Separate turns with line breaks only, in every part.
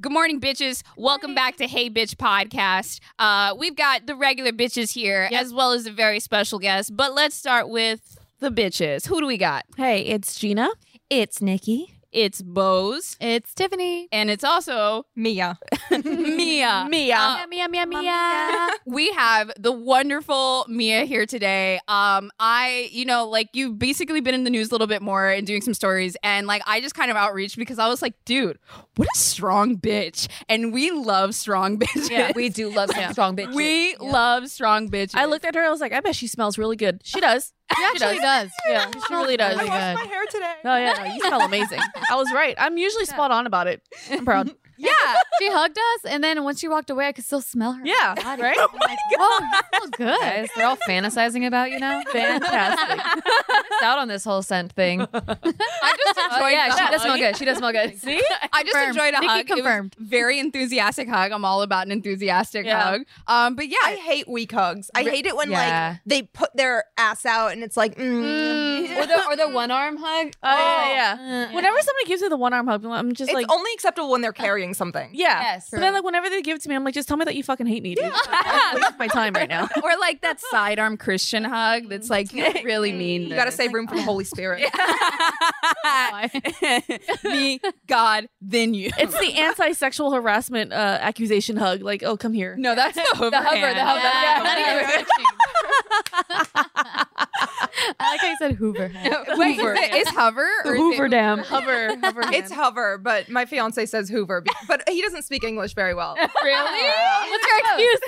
Good morning, bitches. Welcome back to Hey Bitch Podcast. Uh, we've got the regular bitches here
Yep.
as well as a very special guest. But let's start with the bitches. Who do we got?
Hey, it's Gina. It's Nikki.
It's Bose,
It's Tiffany.
and it's also
Mia.
Mia.
Mia.
Uh,
Mia, Mia,
we have the wonderful Mia here today. Um, I, you know, like you've basically been in the news a little bit more and doing some stories, and like I just kind of outreached because I was like, dude, what a strong bitch, and we love strong bitches.
we do love some strong bitches.
We love strong bitches.
I looked at her and I was like, I bet she smells really good. She does. She actually does. Yeah,
Oh
she really does.
I washed my hair today.
No, yeah, no, you smell amazing. I was right. I'm usually spot on about it. I'm proud.
Yeah,
she hugged us, and then when she walked away, I could still smell her.
Yeah,
body.
right?
I'm like, oh, you smell good. Guys, they're all fantasizing about you now.
Fantastic.
Missed out on this whole scent thing.
I just enjoyed.
Oh, yeah,
the
she
hug.
does smell good. She does smell good. See?
I just enjoyed a
Nikki
hug. It was
confirmed.
very enthusiastic hug. I'm all about an enthusiastic
Yeah.
hug. Um, but yeah,
I hate weak hugs. I hate it when
Yeah.
like they put their ass out and it's like, mm.
Or the or the one arm hug. Uh,
Oh, yeah,
yeah.
Whenever somebody gives me the one arm hug, I'm just
it's
like,
only acceptable when they're carrying something.
yeah.
Yes.
But then, like, whenever they give it to me, I'm like, just tell me that you fucking hate me, dude. I'm waste my time right now.
or like that sidearm Christian hug. That's like you don't really mean.
You got to
this.
save room for the Holy Spirit.
me, God, then you.
It's the anti-sexual harassment uh, accusation hug. Like, oh, come here.
no, that's the hover.
The hover,
hand.
the hover.
Yeah.
Yeah. I like how you said Hoover. hand.
Wait,
Hoover.
is, it, is hover or is
Hoover
it-
Dam. Hover. Hover.
It's
hand.
Hover, but my fiance says Hoover, be- but he doesn't speak English very well.
really?
What's your excuse?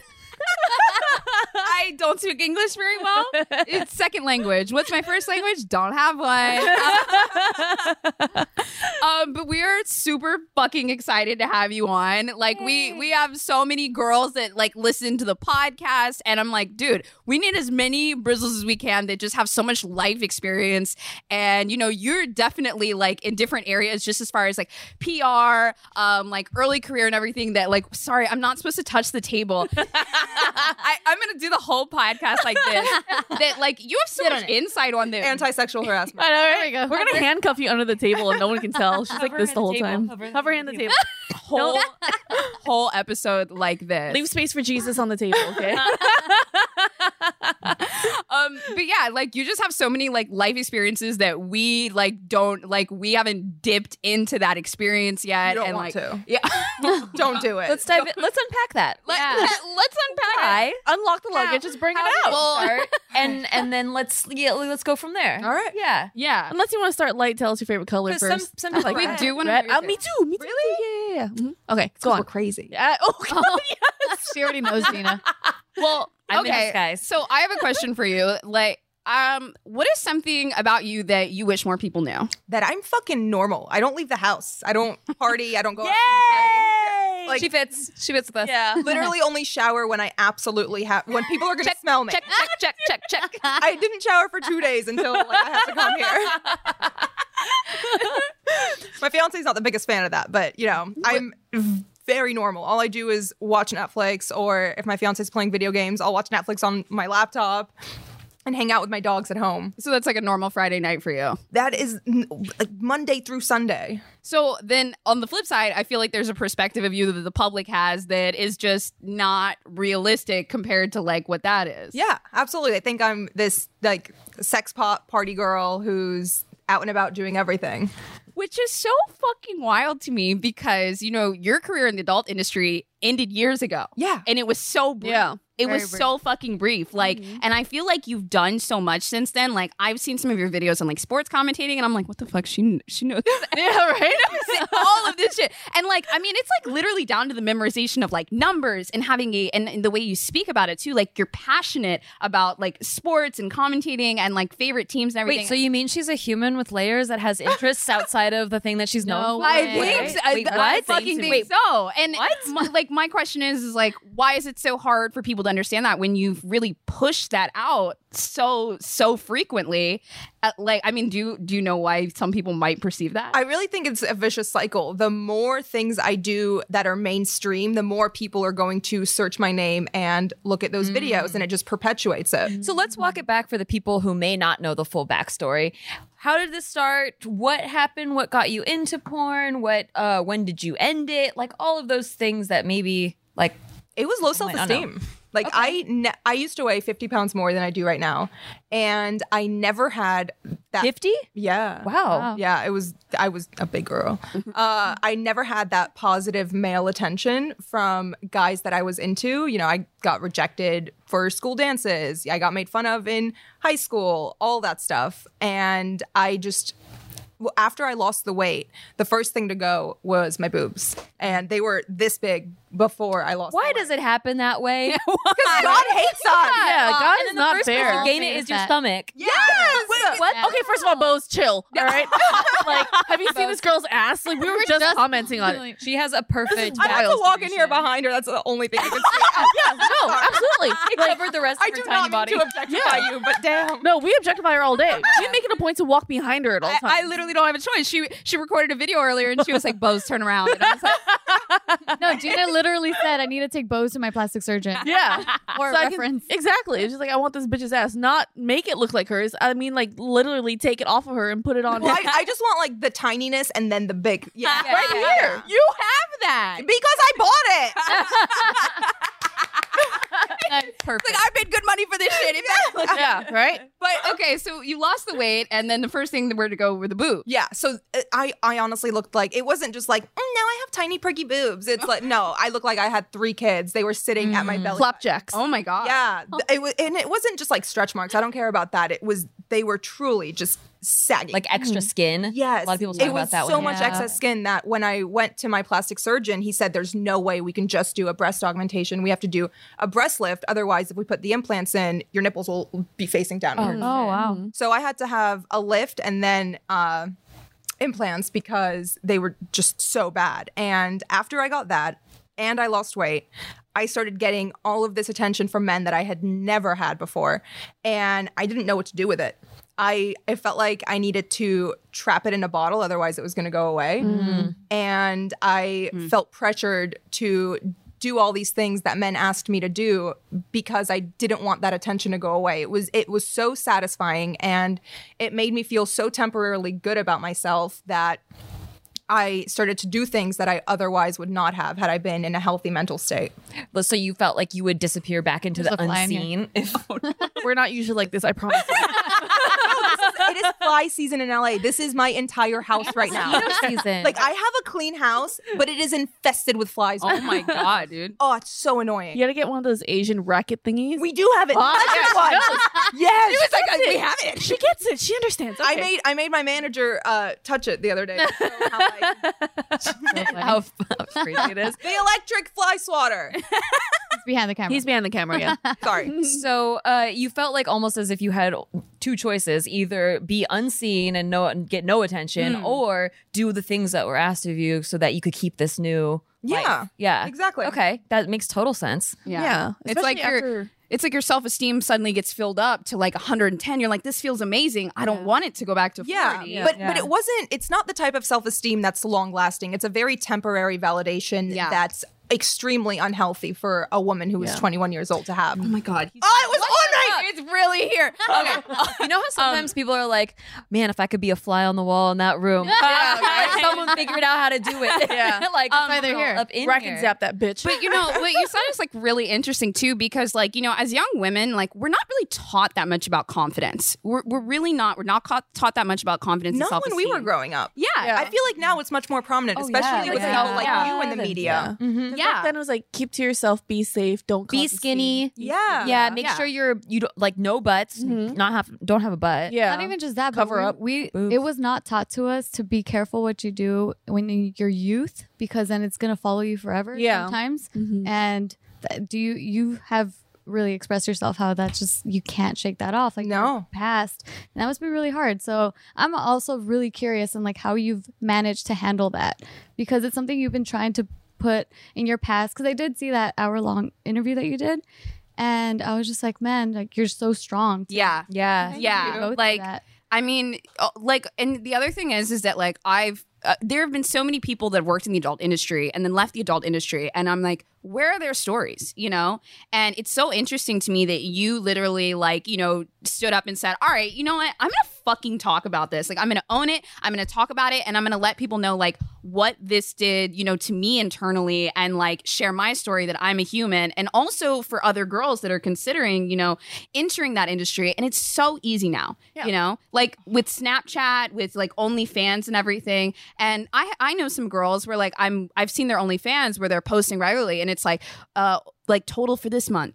I don't speak English very well. It's second language. What's my first language? Don't have one. um, but we are super fucking excited to have you on. Like we we have so many girls that like listen to the podcast, and I'm like, dude, we need as many bristles as we can that just have so much life experience. And you know, you're definitely like in different areas, just as far as like PR, um, like early career and everything. That like, sorry, I'm not supposed to touch the table. I, I'm gonna do the whole podcast like this. that like you have so much insight on this.
Anti-sexual harassment.
I know, right?
There we go.
We're gonna handcuff you under the table and no one can tell. She's like this the whole time. Hover, hand the table.
whole whole episode like this.
Leave space for Jesus on the table, okay?
Um, but yeah, like you just have so many like life experiences that we like don't like we haven't dipped into that experience yet.
You don't
and
want
like
to.
yeah,
Don't do it.
Let's dive. in- Let's unpack that.
Let,
Yeah.
us unpack.
Why?
Unlock the luggage, just bring
How
it
did
out.
it start? and and then let's yeah, let's go from there.
All right.
Yeah.
Yeah.
Unless you want to start light, tell us your favorite color
'Cause
first.
Some, some
We
red.
do want
Red.
to
Oh, me too. Me too. Really? Yeah, yeah, yeah. yeah. Mhm. Okay, go
We're
on.
crazy.
Yeah. Oh, God.
She already knows Gina.
Well,
I'm in
okay.
disguise.
So I have a question for you. Like, um, what is something about you that you wish more people knew?
That I'm fucking normal. I don't leave the house. I don't party. I don't go. out.
Yay!
Like-
she fits. She fits with us.
yeah.
Literally only shower when I absolutely have. When people are gonna smell me.
Check, check, check, check, check.
I didn't shower for two days until like, I had to come here. My fiance's not the biggest fan of that, but you know, I'm very normal. All I do is watch Netflix, or if my fiance's playing video games, I'll watch Netflix on my laptop and hang out with my dogs at home.
So that's like a normal Friday night for you.
That is n- like Monday through Sunday.
So then on the flip side, I feel like there's a perspective of you that the public has that is just not realistic compared to like what that is.
Yeah, absolutely. I think I'm this like sex pop party girl who's out and about doing everything.
Which is so fucking wild to me because, you know, your career in the adult industry ended years ago.
Yeah.
And it was so brief.
Yeah,
It
very
was so fucking brief. Like, and I feel like you've done so much since then. Like, I've seen some of your videos on like sports commentating, and I'm like, what the fuck? She kn- she knows
Yeah, right?
all of this shit. And like, I mean, it's like literally down to the memorization of like numbers and having a and, and the way you speak about it too. Like you're passionate about like sports and commentating and like favorite teams and everything.
Wait, so you mean she's a human with layers that has interests outside of the thing that she's known? for?
I
way.
think so. I,
Wait,
I
what?
fucking think
Wait,
so. And my- like my question is, is like, why is it so hard for people to understand that when you've really pushed that out so so frequently? Uh, like, I mean, do you do you know why some people might perceive that?
I really think it's a vicious cycle. The more things I do that are mainstream, the more people are going to search my name and look at those videos, and it just perpetuates it.
So let's walk it back for the people who may not know the full backstory. how did this start? What happened? What got you into porn? What uh when did you end it? Like all of those things that maybe like
It was low
I
self
don't know.
esteem. Like I, ne- I used to weigh fifty pounds more than I do right now, and I never had that.
50?
Yeah.
Wow.
Yeah, it was. I was a big girl.
Mm-hmm.
Uh, I never had that positive male attention from guys that I was into. You know, I got rejected for school dances. I got made fun of in high school. All that stuff, and I just. well, After I lost the weight, the first thing to go was my boobs, and they were this big before I lost.
Why does it happen that way?
because God hates us?
Yeah, God
and
is
then
not
the first
fair.
place to gain it is your
Fat.
stomach.
Yeah. What?
What? Okay, first of all, Bo's chill. All right. like, have you seen
Bo's-
this girl's ass? Like, we were just, commenting on it.
She has a perfect
I have
balance.
to walk in here behind her. That's the only thing I can say.
No, absolutely.
It covered the rest of
I
her
do
tiny
not mean
body.
to objectify you, but damn.
No, we objectify her all day. We make it a point to walk behind her at all
I,
times.
I literally don't have a choice. She she recorded a video earlier and she was like, "Bo's turn around." And I was like,
No, Gina literally said, "I need to take Bose to my plastic surgeon."
yeah.
Or
So I can-
reference.
exactly. It's just like I want this bitch's ass, not make it look like hers. I mean, like literally take it off of her and put it on.
Well, I, I just want like the tininess and then the big. Yeah.
Yeah,
right
yeah,
here.
"You have that."
Because I bought it.
That's perfect.
Like I paid good money for this shit. It matters.
yeah, right.
uh,
But okay, so you lost the weight, and then the first thing that were to go were the boobs.
yeah. So uh, I, I honestly looked like it wasn't just like, mm, now I have tiny perky boobs. It's like, no, I look like I had three kids. They were sitting at
Mm.
my belly.
Flapjacks.
Oh my god.
Yeah. Th- It was, and it wasn't just like stretch marks. I don't care about that. It was, they were truly just sagging.
like extra skin.
Yes,
A lot of people talk
it
about
was
that
so
one.
much
Yeah.
excess skin that when I went to my plastic surgeon, he said, "There's no way we can just do a breast augmentation. We have to do a breast lift. Otherwise, if we put the implants in, your nipples will be facing downward."
Mm.
oh wow.
So I had to have a lift and then uh, implants because they were just so bad. And after I got that, and I lost weight. I started getting all of this attention from men that I had never had before, and I didn't know what to do with it. I it felt like I needed to trap it in a bottle, otherwise it was going to go away. And I felt pressured to do all these things that men asked me to do because I didn't want that attention to go away. It was it was so satisfying, and it made me feel so temporarily good about myself that I started to do things that I otherwise would not have had I been in a healthy mental state.
But So you felt like you would disappear back into
There's
the
a fly in here.
unseen. If,
We're not usually like this. I promise.
it is fly season in LA. This is my entire house right now.
season.
Like I have a clean house, but it is infested with flies.
Oh my god, dude.
Oh, it's so annoying.
you gotta get one of those Asian racket thingies.
We do have it.
Ah,
That's
yes,
one. Yes. It was like uh, we have it.
she gets it. She understands.
I
Okay.
made I made my manager uh, touch it the other day. to show how, like,
how, f- how crazy it is.
the electric fly swatter.
It's behind the camera.
He's behind the camera. Yeah.
Sorry.
So uh, you felt like almost as if you had two choices: either be unseen and no and get no attention, or do the things that were asked of you so that you could keep this new. life.
Yeah,
Yeah.
exactly.
Okay, that makes total sense.
Yeah. It's
Especially
like your
after-
it's like your self-esteem suddenly gets filled up to like 110. You're like, this feels amazing. I don't want it to go back to 40.
Yeah, but but it wasn't. It's not the type of self esteem that's long lasting. It's a very temporary validation
Yeah.
that's extremely unhealthy for a woman who is 21 years old to have.
oh my god. he's-
Oh, it was all right.
It's really here. Okay.
You know how sometimes people are like, "Man, if I could be a fly on the wall in that room, someone figured out how to do it."
Yeah.
like
Um,
it's all
here.
up in
Rack
here.
and zap that bitch.
But you know, what you said is like really interesting too, because like, you know, as young women, like we're not really taught that much about confidence. We're, we're really not. We're not caught, taught that much about confidence and
Not when
self-esteem.
we were growing up.
Yeah.
Yeah.
I feel like now it's much more prominent, especially
yeah.
with
Yeah.
people like
Yeah.
you in the media. Mm-hmm.
Mhm.
Yeah.
Then it was like, keep to yourself, be safe, don't
Be
cause a scene.
skinny.
Yeah.
Yeah, make
Yeah.
sure you're you don't, like no butts. Not have don't have a butt.
Yeah.
Not even just that, but
Cover
we,
up
we
boobs.
it was not taught to us to be careful what you do when you- your youth because then it's gonna follow you forever.
Yeah. Mm-hmm.
sometimes. And th- do you you have really expressed yourself how that's just you can't shake that off like
No.
your past and that must be really hard so i'm also really curious in like how you've managed to handle that because it's something you've been trying to put in your past because i did see that hour long interview that you did and i was just like man like you're so strong to
Yeah.
Yeah.
go
Yeah.
through
Like,
that.
I mean, uh, like, and the other thing is, is that like I've uh, there have been so many people that worked in the adult industry and then left the adult industry, and I'm like, where are their stories? You know, and it's so interesting to me that you literally like you know stood up and said, all right, you know what, I'm gonna fucking talk about this. Like I'm going to own it. I'm going to talk about it and I'm going to let people know like what this did, you know, to me internally and like share my story that I'm a human and also for other girls that are considering, you know, entering that industry and it's so easy now, you know? Like with Snapchat, with like OnlyFans and everything. And I I know some girls where like I'm I've seen their OnlyFans where they're posting regularly and it's like uh like total for this month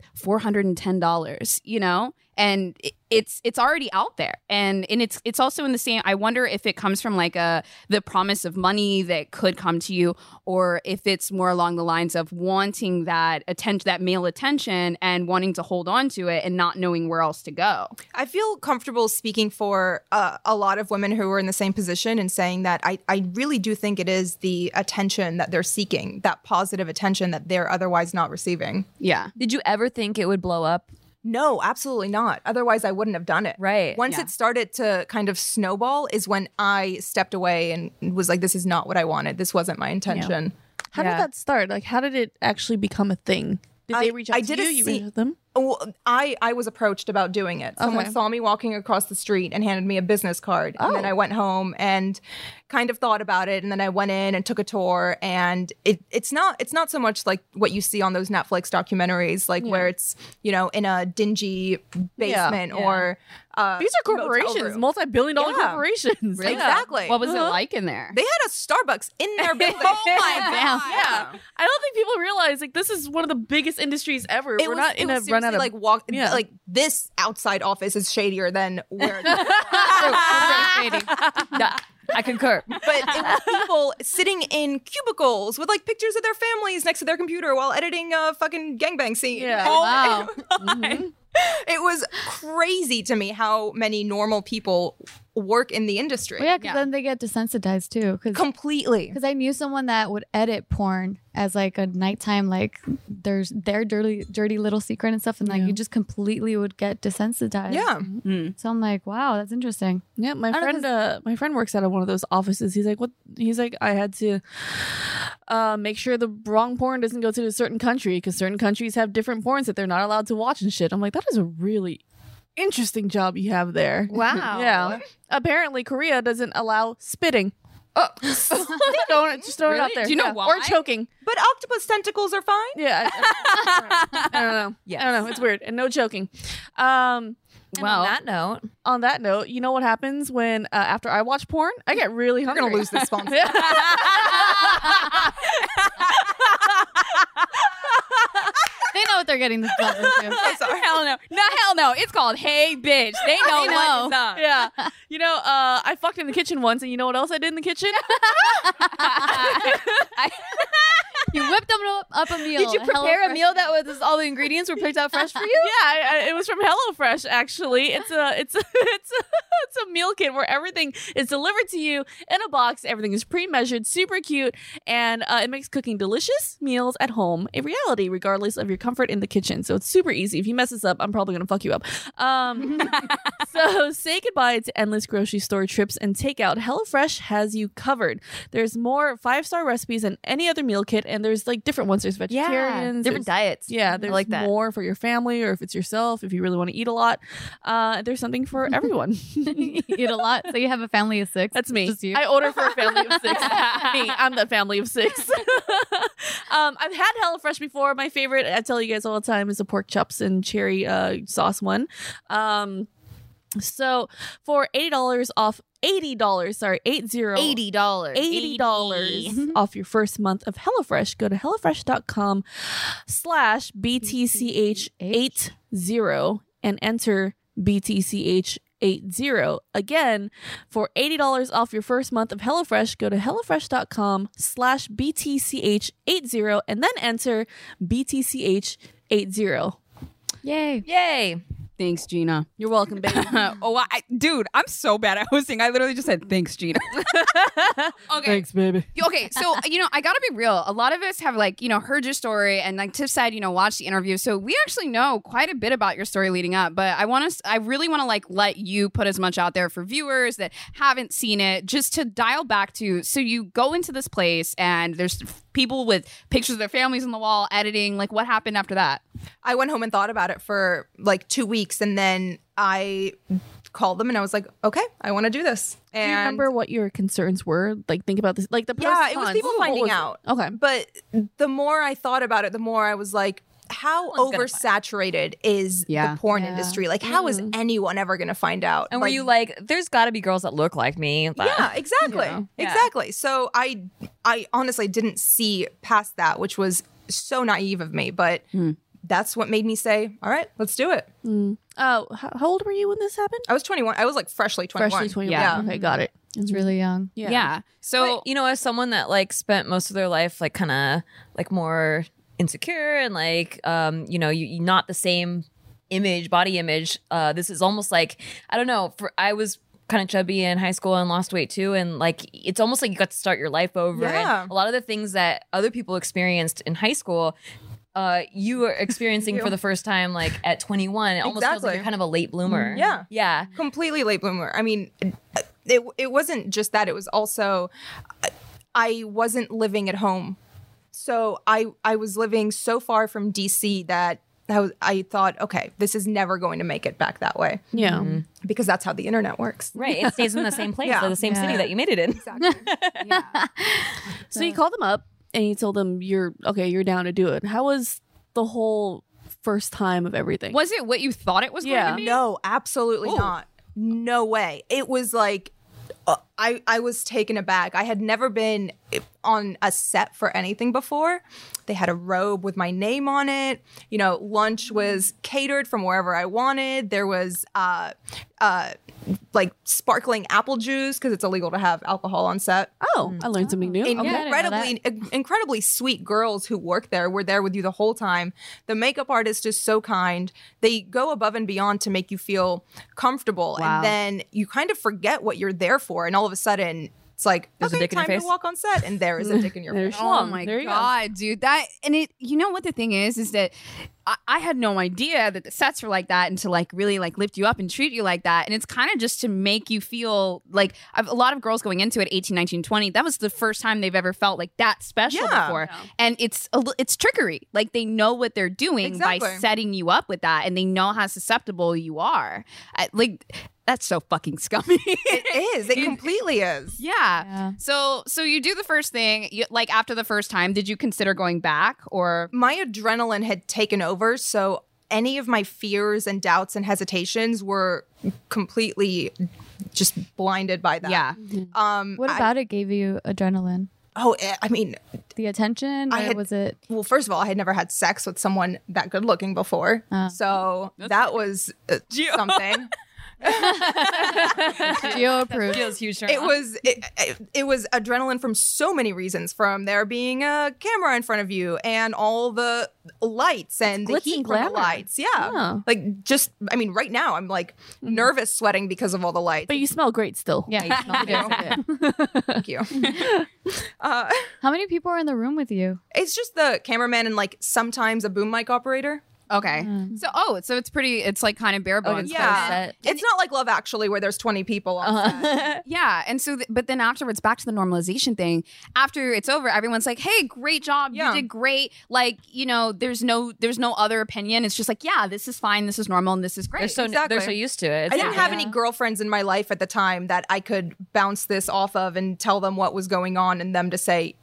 $410 you know and it- it's it's already out there and and it's it's also in the same i wonder if it comes from like a the promise of money that could come to you or if it's more along the lines of wanting that attention that male attention and wanting to hold on to it and not knowing where else to go
I feel comfortable speaking for uh, a lot of women who are in the same position and saying that I, I really do think it is the attention that they're seeking, that positive attention that they're otherwise not receiving.
yeah
Did you ever think it would blow up?
No, absolutely not. Otherwise, I wouldn't have done it.
Right.
Once it started to kind of snowball, is when I stepped away and was like, this is not what I wanted. This wasn't my intention.
How
Yeah.
did that start? Like, how did it actually become a thing? Did
I-
they reach out
I
to
did
you?
a
You
se-
reached out to them?
Well, I I was approached about doing it. Someone
Okay. Oh.
saw me walking across the street and handed me a business card, and then I went home and kind of thought about it, and then I went in and took a tour. And it it's not it's not so much like what you see on those Netflix documentaries, like where it's you know in a dingy basement or uh,
These are
motel
corporations,
room.
multi-billion dollar
Yeah.
corporations.
Really?
Like,
Exactly.
what was it like in there
they had a Starbucks in their building. Oh
Yeah. I don't think people realize like this is one of the biggest industries ever.
It
We're
was,
not in
it
a
was
run out
seriously,
of
like walk
Yeah.
like this outside office is shadier than where
Yeah, I concur.
but it was people sitting in cubicles with like pictures of their families next to their computer while editing a fucking gangbang scene.
Yeah. Mm-hmm.
Oh
Wow.
my God. It was crazy to me how many normal people work in the industry.
Well, yeah, because
Yeah.
then they get desensitized too. Because
Completely.
I knew someone that would edit porn as like a nighttime, like there's their dirty, dirty little secret and stuff, and like you just completely would get desensitized.
Yeah.
mm-hmm.
So I'm like, wow, that's interesting.
Yeah, my
don't know,
friend, uh, my friend works out of one of those offices. He's like, what? He's like, I had to uh, make sure the wrong porn doesn't go to a certain country because certain countries have different porns that they're not allowed to watch and shit. I'm like, that is a really interesting job you have there.
wow
Yeah. Apparently, Korea doesn't allow spitting. Oh, don't just throw it out
Really?
there.
Do you know
Yeah.
why?
Or choking.
But octopus tentacles are fine.
Yeah. I, I don't know.
Yes.
I don't know. It's weird. And no choking.
And
Um,
Well-
on that note,
on that note, you know what happens when uh, after I watch porn, I get really
We're
hungry.
gonna lose this sponsor.
They know what they're getting themselves into.
I'm sorry.
hell no no hell no it's called hey bitch they know,
They
what
know.
is up
yeah. You know, uh, I fucked in the kitchen once, and you know what else I did in the kitchen?
You whipped them up, up a meal.
did you
at Hello
prepare a
Fresh.
meal that was all the ingredients were picked out fresh for you?
yeah, I, I, it was from HelloFresh. Actually, it's a it's a, it's a, it's a meal kit where everything is delivered to you in a box. Everything is pre-measured, super cute, and uh, it makes cooking delicious meals at home a reality, regardless of your comfort in the kitchen. So it's super easy. If you mess this up, I'm probably gonna fuck you up. Um, so say goodbye to endless grocery store trips and takeout. HelloFresh has you covered. There's more five-star recipes than any other meal kit, and there's like different ones. There's vegetarians,
different
there's-
diets.
yeah,
I
there's
like that.
more for your family or if it's yourself, if you really want to eat a lot. Uh, there's something for everyone.
Eat a lot, so you have a family of six.
That's me.
Just you.
I order for a family of six. me, I'm the family of six. um, I've had HelloFresh before. My favorite, I tell you guys all the time, is the pork chops and cherry uh, sauce one. Um, so for eighty dollars off, eighty dollars, sorry, eight zero
Eighty dollars.
eighty dollars off your first month of HelloFresh. Go to HelloFresh.com slash BTCH eight zero and enter BTCH eight zero. Again, for eighty dollars off your first month of HelloFresh, go to HelloFresh.com slash BTCH eight zero and then enter BTCH eight zero.
Yay.
Yay!
thanks gina
You're welcome, baby.
oh, I, dude, I'm so bad at hosting. I literally just said thanks, Gina. okay. Thanks, baby. Okay, so you know, I gotta be real. A lot of us have like you know heard your story, and like Tiff said, you know, watched the interview. So we actually know quite a bit about your story leading up. But I want to, I really want to like let you put as much out there for viewers that haven't seen it, just to dial back to. So you go into this place, and there's people with pictures of their families on the wall editing. Like, what happened after that?
I went home and thought about it for like two weeks, and then I called them and I was like, okay, I want to do this.
Do
And
you remember what your concerns were? Like, think about this. Like the pros,
Yeah, it was
cons.
people
What
finding
was it?
out.
Okay.
But the more I thought about it, the more I was like, how oversaturated is
Yeah.
the porn
Yeah.
industry? Like, how is anyone ever going to find out?
Mm-hmm. And were you like, there's got to be girls that look like me? but-
yeah, exactly,
Yeah.
exactly. So I, I honestly didn't see past that, which was so naive of me. But
Hmm.
that's what made me say, all right, let's do it.
Oh, how, how old were you when this happened?
I was 21. I was like freshly 21.
Freshly 21.
Yeah.
Okay, got it.
It's really young.
Yeah.
But,
So
you know, as someone that like spent most of their life like kind of like more insecure and like um, you know, you, you not the same image, body image. Uh, this is almost like I don't know. For I was kind of chubby in high school and lost weight too, and like it's almost like you got to start your life over.
Yeah.
And a lot of the things that other people experienced in high school. Uh, you are experiencing for the first time, like at 21. It almost feels like
Exactly. Mm,
you're kind of a late bloomer.
Yeah.
yeah.
completely late bloomer. I mean, it it wasn't just that; it was also I wasn't living at home, so I I was living so far from DC that I, was, I thought, okay, this is never going to make it back that way
Yeah.
because that's how the internet works.
Right. It stays in the same place,
Yeah.
or the same city that you made it in.
So you called them up and you told them you're okay, you're down to do it. How was the whole first time of everything?
was it what you thought it was going
Yeah.
to be?
No, absolutely not. No way. It was like uh, I I was taken aback. I had never been eh, on a set for anything before. They had a robe with my name on it. You know, lunch was catered from wherever I wanted. There was uh uh like sparkling apple juice because it's illegal to have alcohol on set.
Oh, I learned something new.
And
Okay.
yeah.
incredibly in- incredibly sweet girls who work there were there with you the whole time the makeup artist is so kind they go above and beyond to make you feel comfortable
Wow.
and then you kind of forget what you're there for and all of a sudden it's like
There's a
okay
dick in your
time to
face.
walk on set and there is a dick in your
There's
face
Oh
Schlong.
my
There you go.
god, dude! That and it. You know what the thing is is that I, I had no idea that the sets were like that, and to like really like lift you up and treat you like that. And it's kind of just to make you feel like I've, a lot of girls going into it 18, 19, 20. That was the first time they've ever felt like that special
Yeah.
before. And it's a, li- it's trickery. Like they know what they're doing by
Exactly.
setting you up with that, and they know how susceptible you are. I, like that's so fucking scummy.
it is it completely is
Yeah.
Yeah.
So so you do the first thing, you, like after the first time, did you consider going back or
my adrenaline had taken over so any of my fears and doubts and hesitations were completely just blinded by that
yeah?
um
What
I-
about it gave you adrenaline?
oh eh, i mean
The attention? Or
I had-
was it?
well, first of all, I had never had sex with someone that good looking before.
Oh.
so that was uh, something.
Geo approved.
feels huge.
It was it, it, it was adrenaline from so many reasons from there being a camera in front of you and all the lights and the
glitz
heat
and
from the
glamour. Oh.
lights. Yeah.
Yeah.
Like just I mean right now I'm like nervous sweating because of all the lights.
Mm-hmm. But you smell great still.
Yeah.
Thank you. Uh,
How many people are in the room with you?
it's just the cameraman and like sometimes a boom mic operator.
Okay. So oh, so it's pretty. It's like kind of bare bones.
yeah.
set.
It's not like Love Actually where there's 20 people
Uh-huh.
on set.
Yeah. And so, th- but then afterwards, back to the normalization thing. After it's over, everyone's like, "Hey, great job!
Yeah.
You did great." Like you know, there's no there's no other opinion. It's just like, yeah, this is fine. This is normal, and this is great.
They're so
Exactly.
they're so used to it.
I didn't have any girlfriends in my life at the time that I could bounce this off of and tell them what was going on and them to say,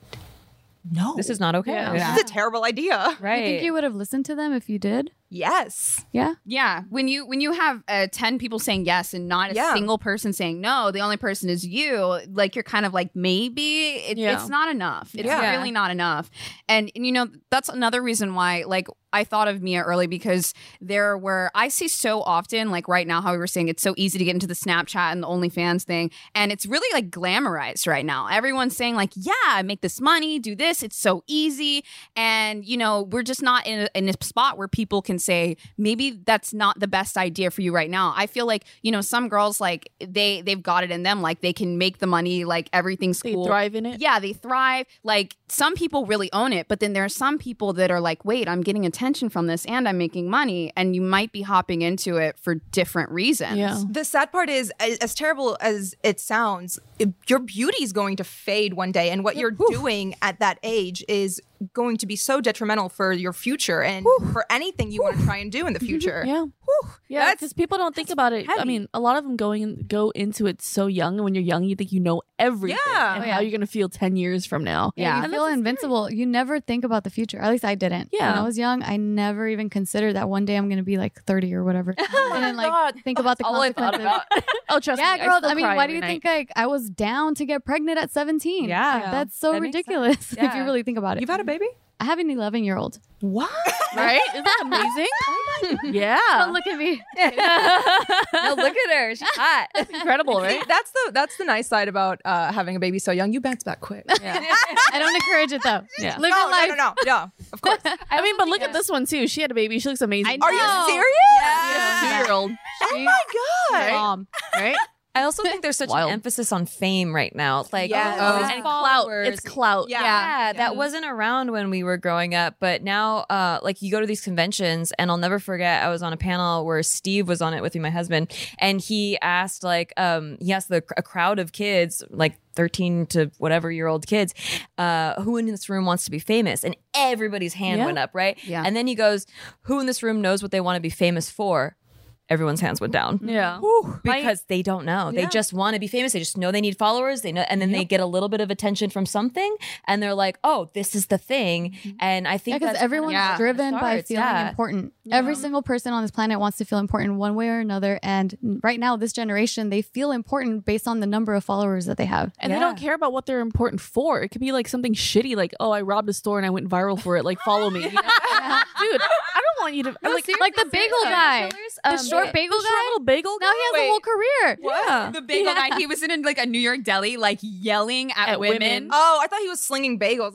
no,
This is not okay.
Yeah.
this is a terrible idea.
Right.
I think you would have listened to them if you did.
Yes.
Yeah.
Yeah, when you when you have uh, ten people saying yes and not a
Yeah.
single person saying no, the only person is you. Like you're kind of like maybe it,
Yeah.
it's not enough. It's
Yeah.
really not enough. And, and you know that's another reason why like I thought of Mia early because there were I see so often like right now how we were saying it's so easy to get into the Snapchat and the OnlyFans thing, and it's really like glamorized right now. Everyone's saying like yeah, make this money, do this. It's so easy, and you know we're just not in a, in a spot where people can say maybe that's not the best idea for you right now i feel like you know some girls like they they've got it in them like they can make the money like everything's
They
cool
thrive in it.
yeah they thrive like some people really own it but then there are some people that are like wait i'm getting attention from this and i'm making money and you might be hopping into it for different reasons
Yeah.
The sad part is, as, as terrible as it sounds, it- your beauty is going to fade one day. And what you're doing at that age is going to be so detrimental for your future and for anything you want to try and do in the future.
Yeah.
Whew,
Yeah,
that's-
because people don't think about it. I
heavy.
mean, a lot of them go in, go into it so young. And when you're young, you think you know everything
Yeah.
and
Oh,
how
yeah.
you're gonna feel ten years from now.
Yeah.
Yeah, you
And
feel
that's
invincible. You never think about the future. At least I didn't. When
Yeah.
I was young, I never even considered that one day I'm going to be like 30 or whatever. and then like think about the
All I thought
consequences.
about.
Oh, trust
yeah,
me.
girl.
still
I, mean,
cry
why do
every
you
night.
think like I was down to get pregnant at 17?
Yeah.
Like, that's so
That makes
ridiculous if
Yeah.
you really think about it.
You've had a baby?
I have an 11 year old.
What?
right? Isn't that amazing?
Don't
Yeah.
look at me.
No, look at her. She's hot.
Incredible, right?
that's the that's the nice side about uh, having a baby so young. You bounce back quick.
I don't encourage it though.
Yeah.
Live
no,
your life.
no, no, no, no. Of course.
I mean, but look at this one too. She had a baby. She looks amazing.
I
Are
No.
you serious?
Two year old.
Oh my god!
Mom.
Right?
I also think there's such
Wild.
an emphasis on fame right now. It's Like,
Yes.
oh,
Oh.
and
Clout.
followers.
It's clout.
Yeah.
Yeah, that wasn't around when we were growing up, but now, uh, like you go to these conventions, and I'll never forget. I was on a panel where Steve was on it with me, my husband, and he asked, like, um, he asked the, a crowd of kids, like thirteen to whatever year old kids, uh, who in this room wants to be famous, and everybody's hand
Yeah.
went up, right?
Yeah.
And then he goes, "Who in this room knows what they want to be famous for?" Everyone's hands went down
Yeah.
because they don't know. They just want to be famous. They just know they need followers. They know, and then they get a little bit of attention from something, and they're like, "Oh, this is the thing." And I think
Because
that's
Mm-hmm. everyone's
yeah.
driven by
starts,
feeling
yeah.
important. Every single person on this planet wants to feel important one way or another. And right now, this generation, they feel important based on the number of followers that they have.
And they don't care about what they're important for. It could be like something shitty, like, oh, I robbed a store and I went viral for it. Like, follow me. you know? Dude, I don't want you to.
like, like the bagel guy, the short bagel guy.
little bagel guy.
now he has
Wait.
a whole career.
What? The bagel guy. He was in like a New York deli, like yelling at,
At
women.
women.
Oh, I thought he was slinging bagels.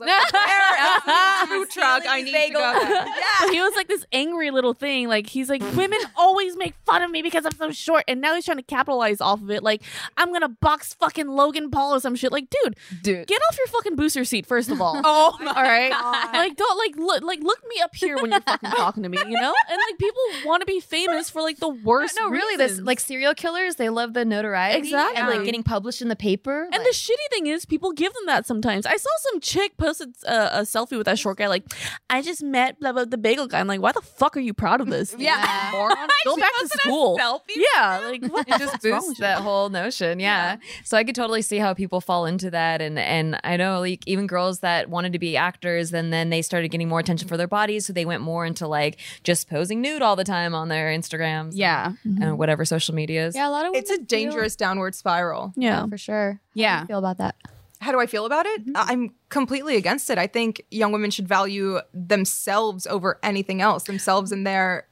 I was like, Where is the food truck? I need
bagel.
to go. there.
But he was like this angry little thing. Like he's like, women always make fun of me because I'm so short, and now he's trying to capitalize off of it. Like I'm gonna box fucking Logan Paul or some shit. Like, dude,
Dude.
get off your fucking booster seat first of all.
Oh my!
All right, like don't like look like look me up here when you're fucking talking to me, you know? And like people want to be famous for like the worst.
Oh,
No, really, this
reasons.
like serial killers. They love the notoriety and
Exactly.
like getting published in the paper.
And the
like,
shitty thing is, people give them that sometimes. I saw some chick posted uh, a selfie with that short guy, like, I just met blah, blah, the bagel guy. I'm like, why the fuck are you proud of this?
Yeah.
Moron. Go back to school. Yeah, like what?
it just boosts that whole notion. Yeah. So I could totally see how people fall into that. And and I know like even girls that wanted to be actors and then they started getting more attention for their bodies. So they went more into like just posing nude all the time on their Instagrams.
Yeah.
And whatever social media is.
Yeah, a lot of women
It's a
feel-
dangerous downward spiral.
Yeah.
for sure. How do
Yeah.
you feel about that?
How do I feel about it? I- I'm completely against it. I think young women should value themselves over anything else, themselves and their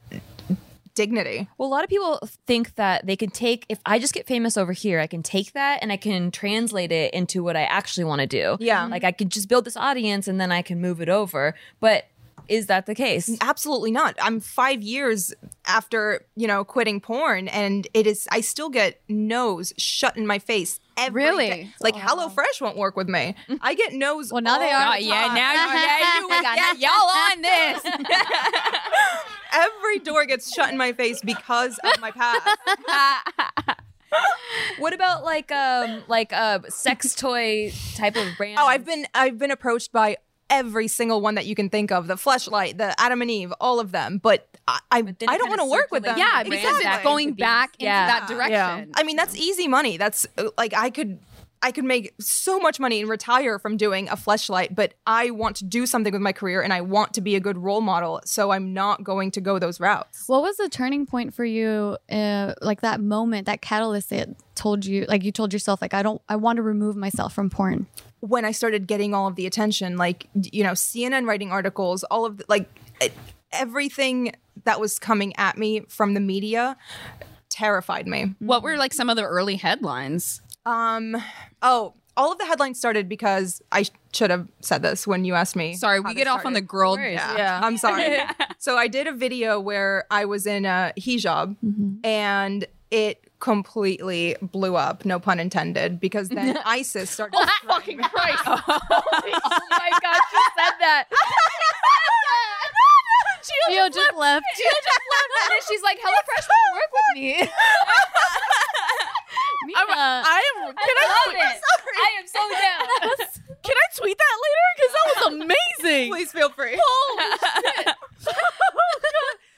dignity.
Well, a lot of people think that they can take, if I just get famous over here, I can take that and I can translate it into what I actually want to do.
Yeah.
Like I could just build this audience and then I can move it over. But is that the case?
Absolutely not. I'm five years after, you know, quitting porn and it is I still get no's shut in my face every
Really?
day. Like HelloFresh won't work with me. I get no's.
Well, now they
all
are.
Oh,
the
yeah,
time.
now yeah, you yeah, y'all on this.
every door gets shut in my face because of my past.
What about like um like a sex toy type of brand?
Oh, I've been I've been approached by every single one that you can think of, the Fleshlight, the Adam and Eve, all of them, but I I,
then it
I don't
kinda
want to work with them.
circulates
yeah,
Right.
because
Exactly.
it's going back into
Yeah.
that direction.
I mean, that's easy money. That's uh, like I could I could make so much money and retire from doing a fleshlight, but I want to do something with my career and I want to be a good role model, so I'm not going to go those routes.
What was the turning point for you? Uh, like that moment, that catalyst that told you, like you told yourself, like I don't, I want to remove myself from porn.
When I started getting all of the attention, like d- you know, CNN writing articles, all of the, like e- everything that was coming at me from the media terrified me.
What were like some of the early headlines?
Um, oh, all of the headlines started because I sh- should have said this when you asked me.
Sorry,
how
we
this
get off on
started.
the girl.
Yeah. I'm sorry. so I did a video where I was in a hijab and it completely blew up, no pun intended, because then ISIS started.
Fucking Christ.
Oh my god, she said that.
Gio just left.
She's like, HelloFresh won't work with me.
Mika.
I am. Can I,
I am so down.
can I tweet that later? Because that was thing.
Please feel free.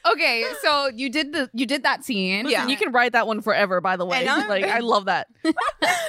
Okay, so you did the you did that scene.
Yeah.
And you can write that one forever, by the way.
And I'm-
Like I love that.
and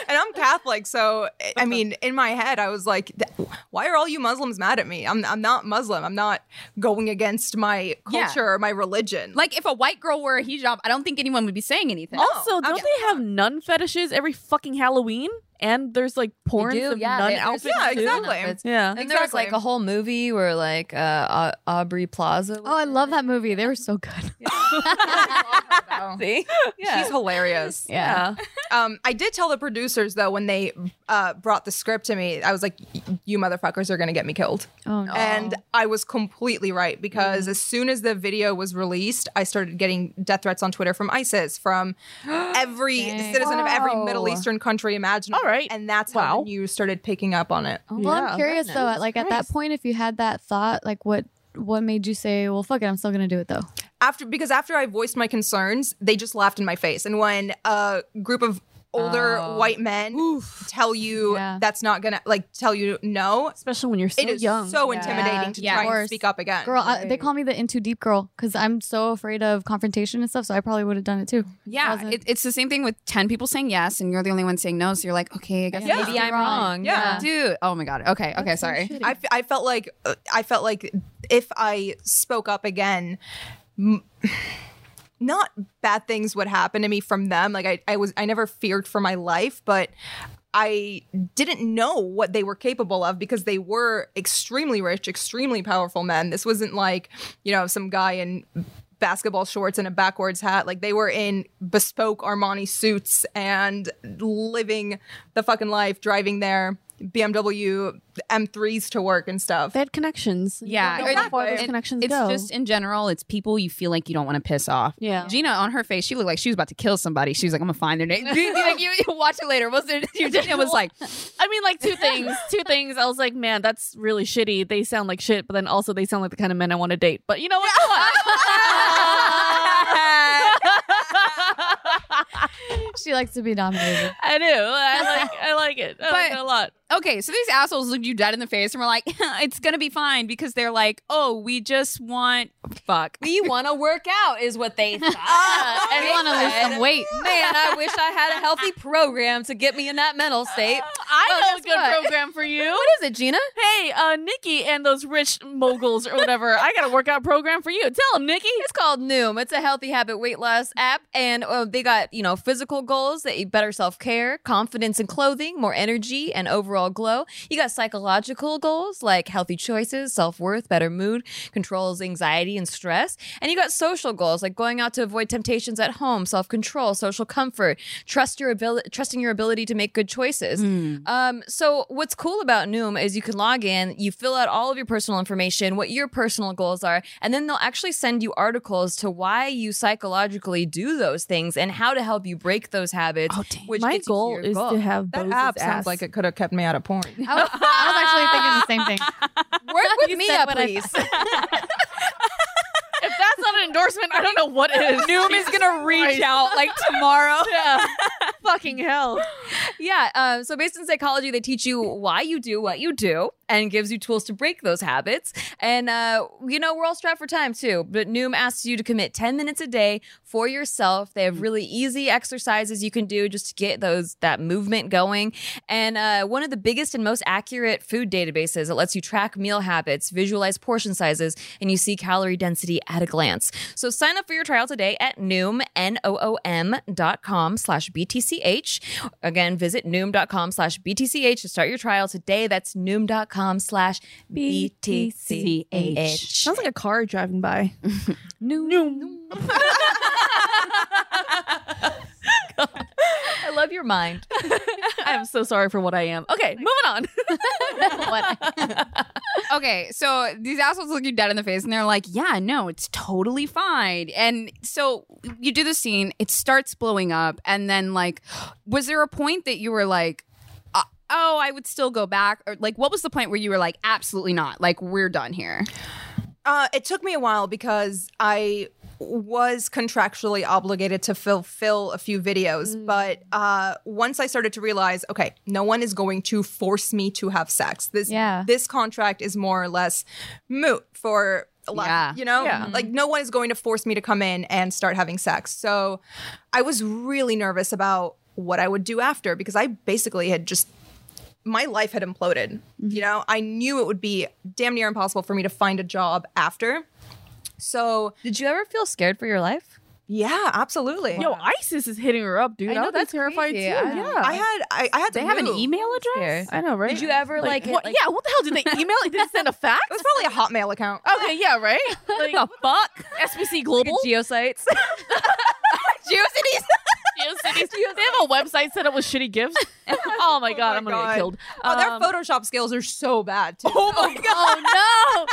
I'm Catholic, so I- I mean, in my head, I was like, "Th- "Why are all you Muslims mad at me? I'm I'm not Muslim. I'm not going against my
Yeah.
culture or my religion."
Like if a white girl wore a hijab, I don't think anyone would be saying anything.
Oh,
Also, don't
okay.
they have nun fetishes every fucking Halloween? And there's like
They
porn
do,
of
yeah,
nun
they- there's
outfits.
Yeah,
tons of
exactly.
outfits.
Yeah.
I think there was
Exactly.
like a whole movie where like uh, Au- Aubrey Plaza.
Oh, I love that movie. They were so good.
that. See,
She's hilarious.
Yeah.
Um, I did tell the producers though when they uh, brought the script to me, I was like, "Y- "You motherfuckers are gonna get me killed,"
Oh, no.
and I was completely right because as soon as the video was released, I started getting death threats on Twitter from ISIS, from every
Dang.
citizen of every Middle
Wow.
Eastern country imaginable.
All right.
and that's
Wow.
how the news started picking up on it.
well,
Yeah,
I'm curious though.
goodness.
Like at that point, if you had that thought, like what what made you say, "Well, fuck it, I'm still gonna do it though."
after because after I voiced my concerns, they just laughed in my face. And when a group of older
Oh.
white men tell you
Yeah.
that's not gonna like tell you no,
Especially when you're so
it is
young.
so
Yeah.
intimidating to
Yeah.
try
Of
and
course.
speak up again.
Girl, I, they
Right.
call me the into deep girl because I'm so afraid of confrontation and stuff. So I probably would have done it too.
yeah,
Wasn't-
it, it's the same thing with ten people saying yes, and you're the only one saying no. So you're like, okay, I guess
Yeah.
maybe I'm wrong.
Yeah.
dude. Oh my god. Okay, okay,
That's so
sorry.
shitty.
I, f- I felt like uh, I felt like if I spoke up again, m- not bad things would happen to me from them. Like I, I was I never feared for my life, but I didn't know what they were capable of because they were extremely rich, extremely powerful men. This wasn't like you know some guy in basketball shorts and a backwards hat like they were in bespoke armani suits and living the fucking life driving their bmw m3s to work and stuff
they had connections. You
Yeah,
don't know
Exactly.
where those
It-
connections
It's
go.
just in general, it's people you feel like you don't want to piss off.
Yeah.
Gina on her face, she looked like she was about to kill somebody. She was like, I'm gonna find their name. like, you, you watch it later. Was there Eugenia was like,
I mean, like two things. Two things. I was like, man, that's really shitty. They sound like shit, but then also they sound like the kind of men I want to date. But you know what? Come on.
She likes to be dominated.
I do. I like. I like it. I like
But-
it a lot.
Okay, so these assholes looked you dead in the face and were like, it's gonna be fine because they're like, Oh, we just want fuck.
We want to work out, is what they
Oh,
thought.
I want to lose some weight.
Man, I wish I had a healthy program to get me in that mental state.
I
Oh,
know a
guess
good
what?
program for you.
What is it, Gina?
Hey, uh, Nikki and those rich moguls or whatever. I got a workout program for you. Tell them, Nikki.
It's called Noom. It's a healthy habit weight loss app, and uh, they got you know physical goals, that you better self care, confidence in clothing, more energy, and overall glow. You got psychological goals like healthy choices, self worth, better mood, controls anxiety and stress, and you got social goals like going out to avoid temptations at home, self control, social comfort, trust your ability, trusting your ability to make good choices. Um, so what's cool about Noom is you can log in, you fill out all of your personal information, what your personal goals are, and then they'll actually send you articles to why you psychologically do those things and how to help you break those habits.
Oh, dang.
which
My
gets you
goal
your
is
goal.
to have
That
Bose's
app
ass.
sounds like it could have kept me out of porn.
I was, I was actually thinking the same thing.
work with
You
me
said
up,
what I
please.
If that's not an endorsement, I don't know what is.
Noom is gonna reach out like tomorrow.
Yeah. Fucking hell.
yeah. Um, so based in psychology, they teach you why you do what you do and gives you tools to break those habits. And uh, you know, we're all strapped for time too. But Noom asks you to commit 10 minutes a day for yourself. They have really easy exercises you can do just to get those that movement going. And uh, one of the biggest and most accurate food databases. It lets you track meal habits, visualize portion sizes, and you see calorie density at a glance. So sign up for your trial today at Noom, N-O-O-M dot com slash BTCH. Again, visit Noom.com slash BTCH to start your trial today. That's Noom.com slash BTCH.
Sounds like a car driving by. Noom.
I love your mind.
I'm so sorry for what I am. Okay, moving on.
okay, so these assholes look you dead in the face and they're like, yeah, no, it's totally fine. And so you do the scene, it starts blowing up. And then, like, was there a point that you were like, uh, oh, I would still go back? Or, like, what was the point where you were like, absolutely not? Like, we're done here.
Uh, it took me a while because I was contractually obligated to fulfill a few videos,
Mm.
but uh, once I started to realize, okay, no one is going to force me to have sex. This
Yeah.
this contract is more or less moot for a lot,
Yeah.
you know,
Yeah.
like no one is going to force me to come in and start having sex. So I was really nervous about what I would do after because I basically had just my life had imploded. You know, I knew it would be damn near impossible for me to find a job after. So,
Did you ever feel scared for your life?
yeah, absolutely.
Yo, ISIS is hitting her up, dude.
I
I
know,
know
that's
that's terrified
crazy.
too.
I-
yeah,
I had I, I had to
They have an
move.
email address?
I know, right?
Did you ever like, hit,
what-
like
yeah, what the hell did they email? it? Did they send a fax?
It was probably a Hotmail account.
Okay, yeah, right. Like,
The fuck?
SBC Global.
geosites?
Geocities.
GeoCities. They have a website set up with shitty gifs. Oh my god, I'm gonna
God.
get killed.
Oh, their
Um,
Photoshop skills are so bad. Too. Oh my god,
Oh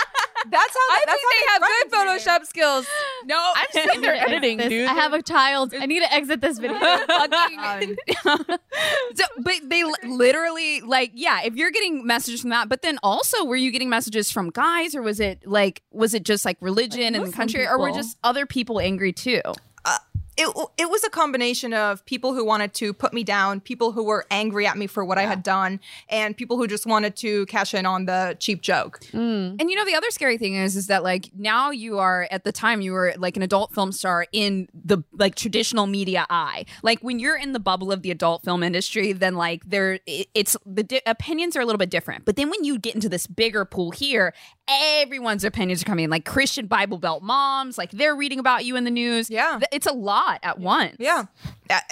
that's how.
I
that's
think they have
how
good Photoshop skills.
no. No.
I've seen their editing,
This-
dude.
I have a child. I need to exit this video.
fucking- so, but they li- literally like yeah if you're getting messages from that but then also were you getting messages from guys or was it like was it just like religion and the
Muslim
country or were
people.
just other people angry too
Uh, It it was a combination of people who wanted to put me down, people who were angry at me for what I had done, and people who just wanted to cash in on the cheap joke. Mm-hmm.
and you know the other scary thing is is that like now you are at the time you were like an adult film star in the like traditional media eye like when you're in the bubble of the adult film industry then like there it- it's the di- opinions are a little bit different but then when you get into this bigger pool here everyone's opinions are coming in like christian bible belt moms like they're reading about you in the news
Yeah.
Th- it's a lot at once
Yeah. I,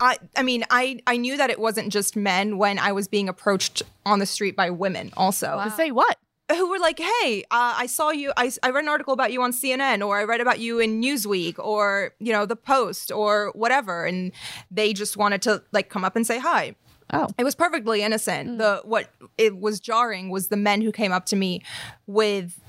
I, I mean, I, I knew that it wasn't just men when I was being approached on the street by women also
to say what?
who were like, hey, uh, I saw you, I, I read an article about you on CNN or I read about you in Newsweek or, you know, The Post or whatever. And they just wanted to like come up and say hi.
Oh.
It was perfectly innocent. The what it was jarring was the men who came up to me with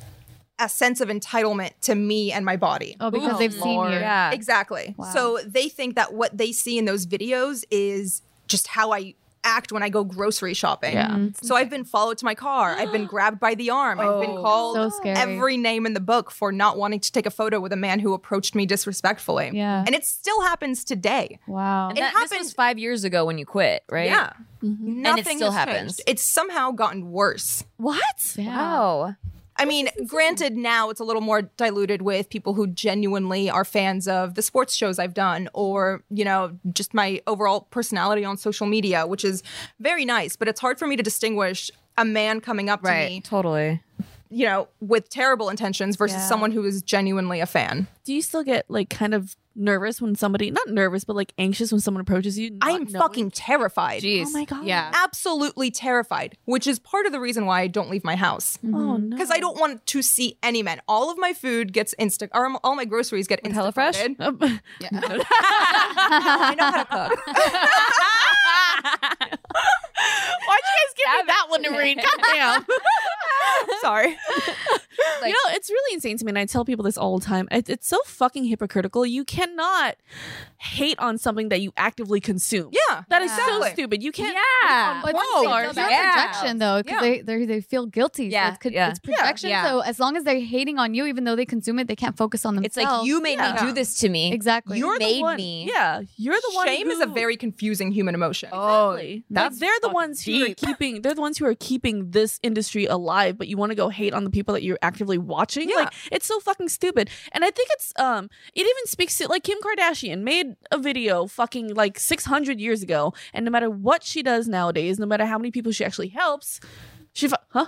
a sense of entitlement to me and my body.
Oh, because
Oh,
they've seen
Lord.
you.
Yeah.
Exactly.
Wow.
So they think that what they see in those videos is just how I act when I go grocery shopping.
Yeah.
Mm-hmm.
So I've been followed to my car. I've been grabbed by the arm. I've been
Oh.
called
So scary.
every name in the book for not wanting to take a photo with a man who approached me disrespectfully.
Yeah.
And it still happens today.
Wow.
And that, this was
happened-
five years ago when you quit, right?
Yeah.
Mm-hmm.
Nothing
still
has
happens.
changed. It's somehow gotten worse.
What?
Yeah.
Wow.
I mean, granted, now it's a little more diluted with people who genuinely are fans of the sports shows I've done or, you know, just my overall personality on social media, which is very nice, but it's hard for me to distinguish a man coming up to
Right.
me,
Totally.
you know, with terrible intentions versus
Yeah.
someone who is genuinely a fan.
Do you still get like kind of nervous when somebody not nervous, but like anxious when someone approaches you? not
I am
knowing-
fucking terrified.
jeez
Oh my God.
yeah
Absolutely terrified, which is part of the reason why I don't leave my house.
Oh no.
Because I don't want to see any men. All of my food gets instant, or all my groceries get instant.
HelloFresh?
Um,
I know how to cook.
Why'd you guys give me that one to read? Goddamn.
Sorry.
you know, it's really insane to me, and I tell people this all the time. It, it's so fucking hypocritical. You cannot hate on something that you actively consume.
Yeah.
that is so
exactly.
stuped. You can't.
yeah
But
Whoa,
it's about
yeah.
projection though, because
Yeah.
they they they feel guilty. So
Yeah.
it's, co-
Yeah.
it's projection.
Yeah.
So as long as they're hating on you, even though they consume it, they can't focus on
It's
themselves.
like you made
yeah.
me do this to me.
exactly.
You're-
You're the
made
one.
me.
Yeah, you're the one.
Shame is a
who- Oh,
very confusing human emotion.
Exactly.
Oh, that's
like they're the
fucking
ones who are
deep.
keeping they're the ones who are keeping this industry alive, but you want to go hate on the people that you're actively watching.
Yeah.
Like it's so fucking stupid. And I think it's um it even speaks to like Kim Kardashian made a video fucking like 600 years ago, and no matter what she does nowadays, no matter how many people she actually helps, she fu- huh?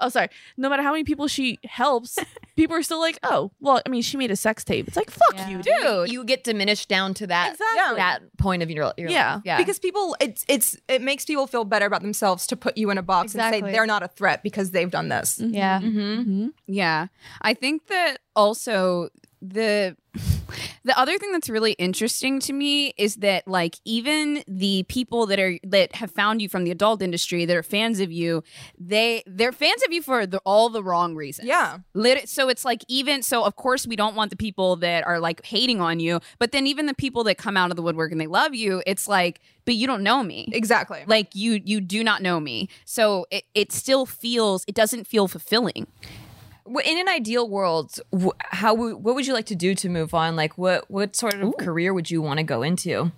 Oh, sorry. No matter how many people she helps, people are still like, oh, well, I mean, she made a sex tape. It's like, fuck
Yeah.
you, dude.
Dude, you get diminished down to that
Exactly.
that point of your, your
Yeah.
life. Yeah.
Because people, it's it's it makes people feel better about themselves to put you in a box and
Exactly. Mm-hmm.
say they're not a threat because they've done this.
yeah.
Yeah. I think that also the the other thing that's really interesting to me is that like even the people that are that have found you from the adult industry that are fans of you, they they're fans of you for the, all the wrong reasons.
Yeah.
Lit- so it's like even so of course we don't want the people that are like hating on you, but then even the people that come out of the woodwork and they love you, it's like but you don't know me
Exactly.
like you you do not know me so it, it still feels it doesn't feel fulfilling
w- in an ideal world, w- how w- what would you like to do to move on? Like, what what sort of career would you want to go into?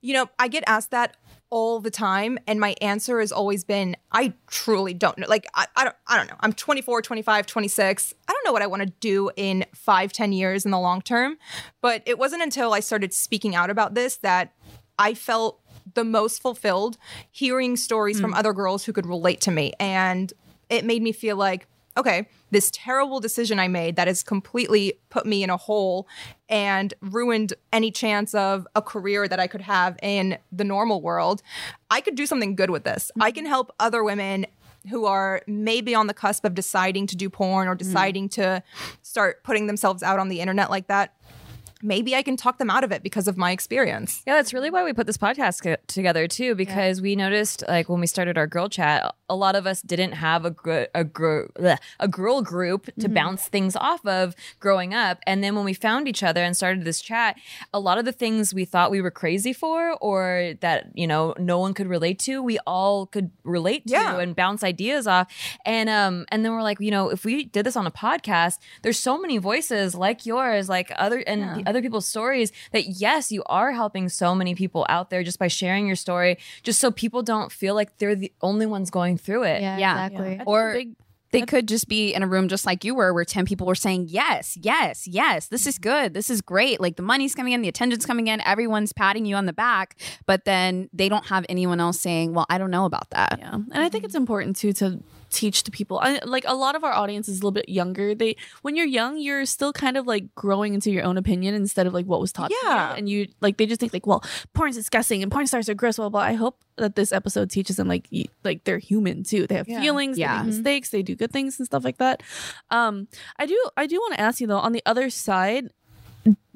You know, I get asked that all the time and my answer has always been I truly don't know. Like I, I don't I don't know. I'm 24, 25, 26. I don't know what I want to do in five, ten years in the long term. But it wasn't until I started speaking out about this that I felt the most fulfilled hearing stories from other girls who could relate to me and it made me feel like okay, this terrible decision I made that has completely put me in a hole and ruined any chance of a career that I could have in the normal world, I could do something good with this. I can help other women who are maybe on the cusp of deciding to do porn or deciding to start putting themselves out on the internet like that. Maybe I can talk them out of it because of my experience.
Yeah, that's really why we put this podcast co- together too, because we noticed like when we started our girl chat, a lot of us didn't have a gr- a, gr- bleh, a girl group to bounce things off of growing up, and then when we found each other and started this chat, a lot of the things we thought we were crazy for or that you know no one could relate to, we all could relate to
Yeah.
and bounce ideas off, and um and then we're like you know if we did this on a podcast, there's so many voices like yours, like other and the other people's stories that yes, you are helping so many people out there just by sharing your story, just so people don't feel like they're the only ones going through it.
Yeah,
Yeah.
exactly.
Or- They could just be in a room just like you were, where 10 people were saying, Yes, yes, yes, this
Mm-hmm.
is good. This is great. Like the money's coming in, the attention's coming in, everyone's patting you on the back. But then they don't have anyone else saying, Well, I don't know about that.
Yeah, and I think it's important too to teach to people. I, like a lot of our audience is a little bit younger. They when you're young, you're still kind of like growing into your own opinion instead of like what was taught. to you.
Yeah.
and you like they just think like, well, porn's disgusting and porn stars are gross. Blah blah. blah. I hope that this episode teaches them like y- like they're human too. They have feelings.
Yeah.
They make mistakes. They do good things and stuff like that. Um, I do I do want to ask you though. On the other side,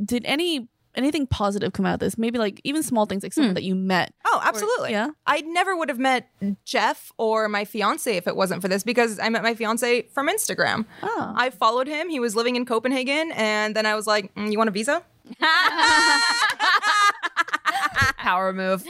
did any anything positive come out of this? Maybe like even small things like someone that you met.
Oh, absolutely.
yeah.
I never would have met Jeff or my fiance if it wasn't for this because I met my fiance from Instagram.
Oh.
Ah.
I followed him. He was living in Copenhagen. And then I was like, "Mm, You want a visa?
Power move.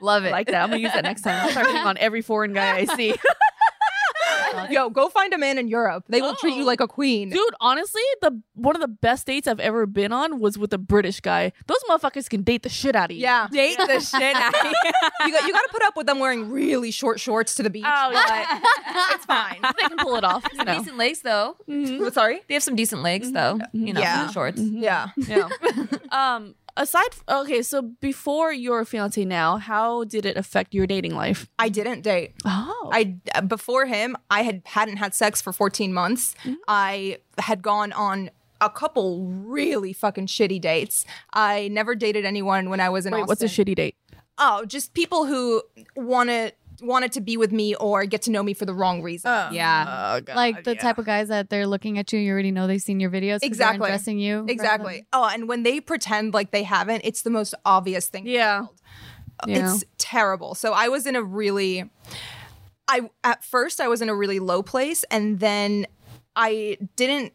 Love it.
I like that. I'm gonna use that next time. I'll start being on every foreign guy I see.
Yo, go find a man in Europe. They will treat you
Oh.
like a queen.
Dude, honestly, the one of the best dates I've ever been on was with a British guy. Those motherfuckers can date the shit out of you.
Yeah.
Date the shit out of you.
You got, you got to put up with them wearing really short shorts to the beach.
Oh, yeah.
but it's fine.
they can pull it off. You know.
Decent legs though.
Sorry?
They have some decent legs though. You know,
Yeah.
shorts.
Yeah. Yeah.
Um, aside, okay, so before your fiance now, how did it affect your dating life?
I didn't date.
Oh,
I uh, before him, I had hadn't had sex for 14 months.
Mm-hmm.
I had gone on a couple really fucking shitty dates. I never dated anyone when I was in
wait,
Austin.
what's a shitty date?
Oh, just people who want to wanted to be with me or get to know me for the wrong reason.
yeah.
Oh god,
like the type of guys that they're looking at you, you already know they've seen your videos. 'cause they're
Exactly.
Addressing you. rather
Exactly. Oh, and when they pretend like they haven't, it's the most obvious thing.
Yeah. Yeah.
It's terrible. So I was in a really I at first I was in a really low place and then I didn't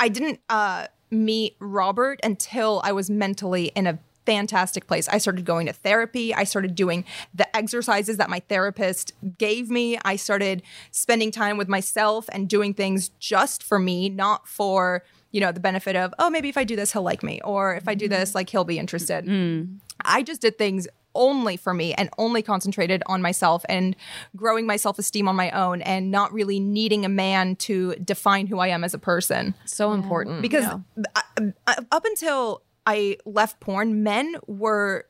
I didn't uh meet Robert until I was mentally in a fantastic place. I started going to therapy. I started doing the exercises that my therapist gave me. I started spending time with myself and doing things just for me, not for, you know, the benefit of, oh, maybe if I do this, he'll like me or if I do this, like he'll be interested. I just did things only for me and only concentrated on myself and growing my self esteem on my own and not really needing a man to define who I am as a person.
So important.
Because I, I- up until I left porn, men were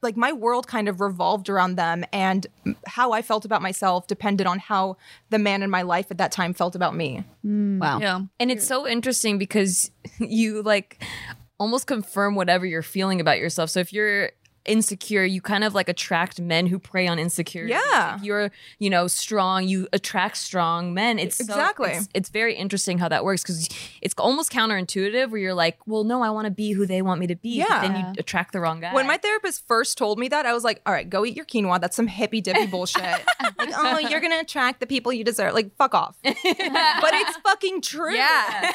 like my world kind of revolved around them and how I felt about myself depended on how the man in my life at that time felt about me.
Wow.
Yeah.
And it's so interesting because you like almost confirm whatever you're feeling about yourself. So if you're insecure, you kind of like attract men who prey on insecurity.
Yeah.
If you're, you know, strong, you attract strong men. It's so-
Exactly.
it's, it's very interesting how that works because it's almost counterintuitive where you're like, well, no, I want to be who they want me to be. But
Yeah.
then you attract the wrong guy.
When my therapist first told me that, I was like, all right, go eat your quinoa. That's some hippy dippy bullshit. like, oh, you're going to attract the people you deserve. Like, fuck off. but it's fucking true.
Yeah.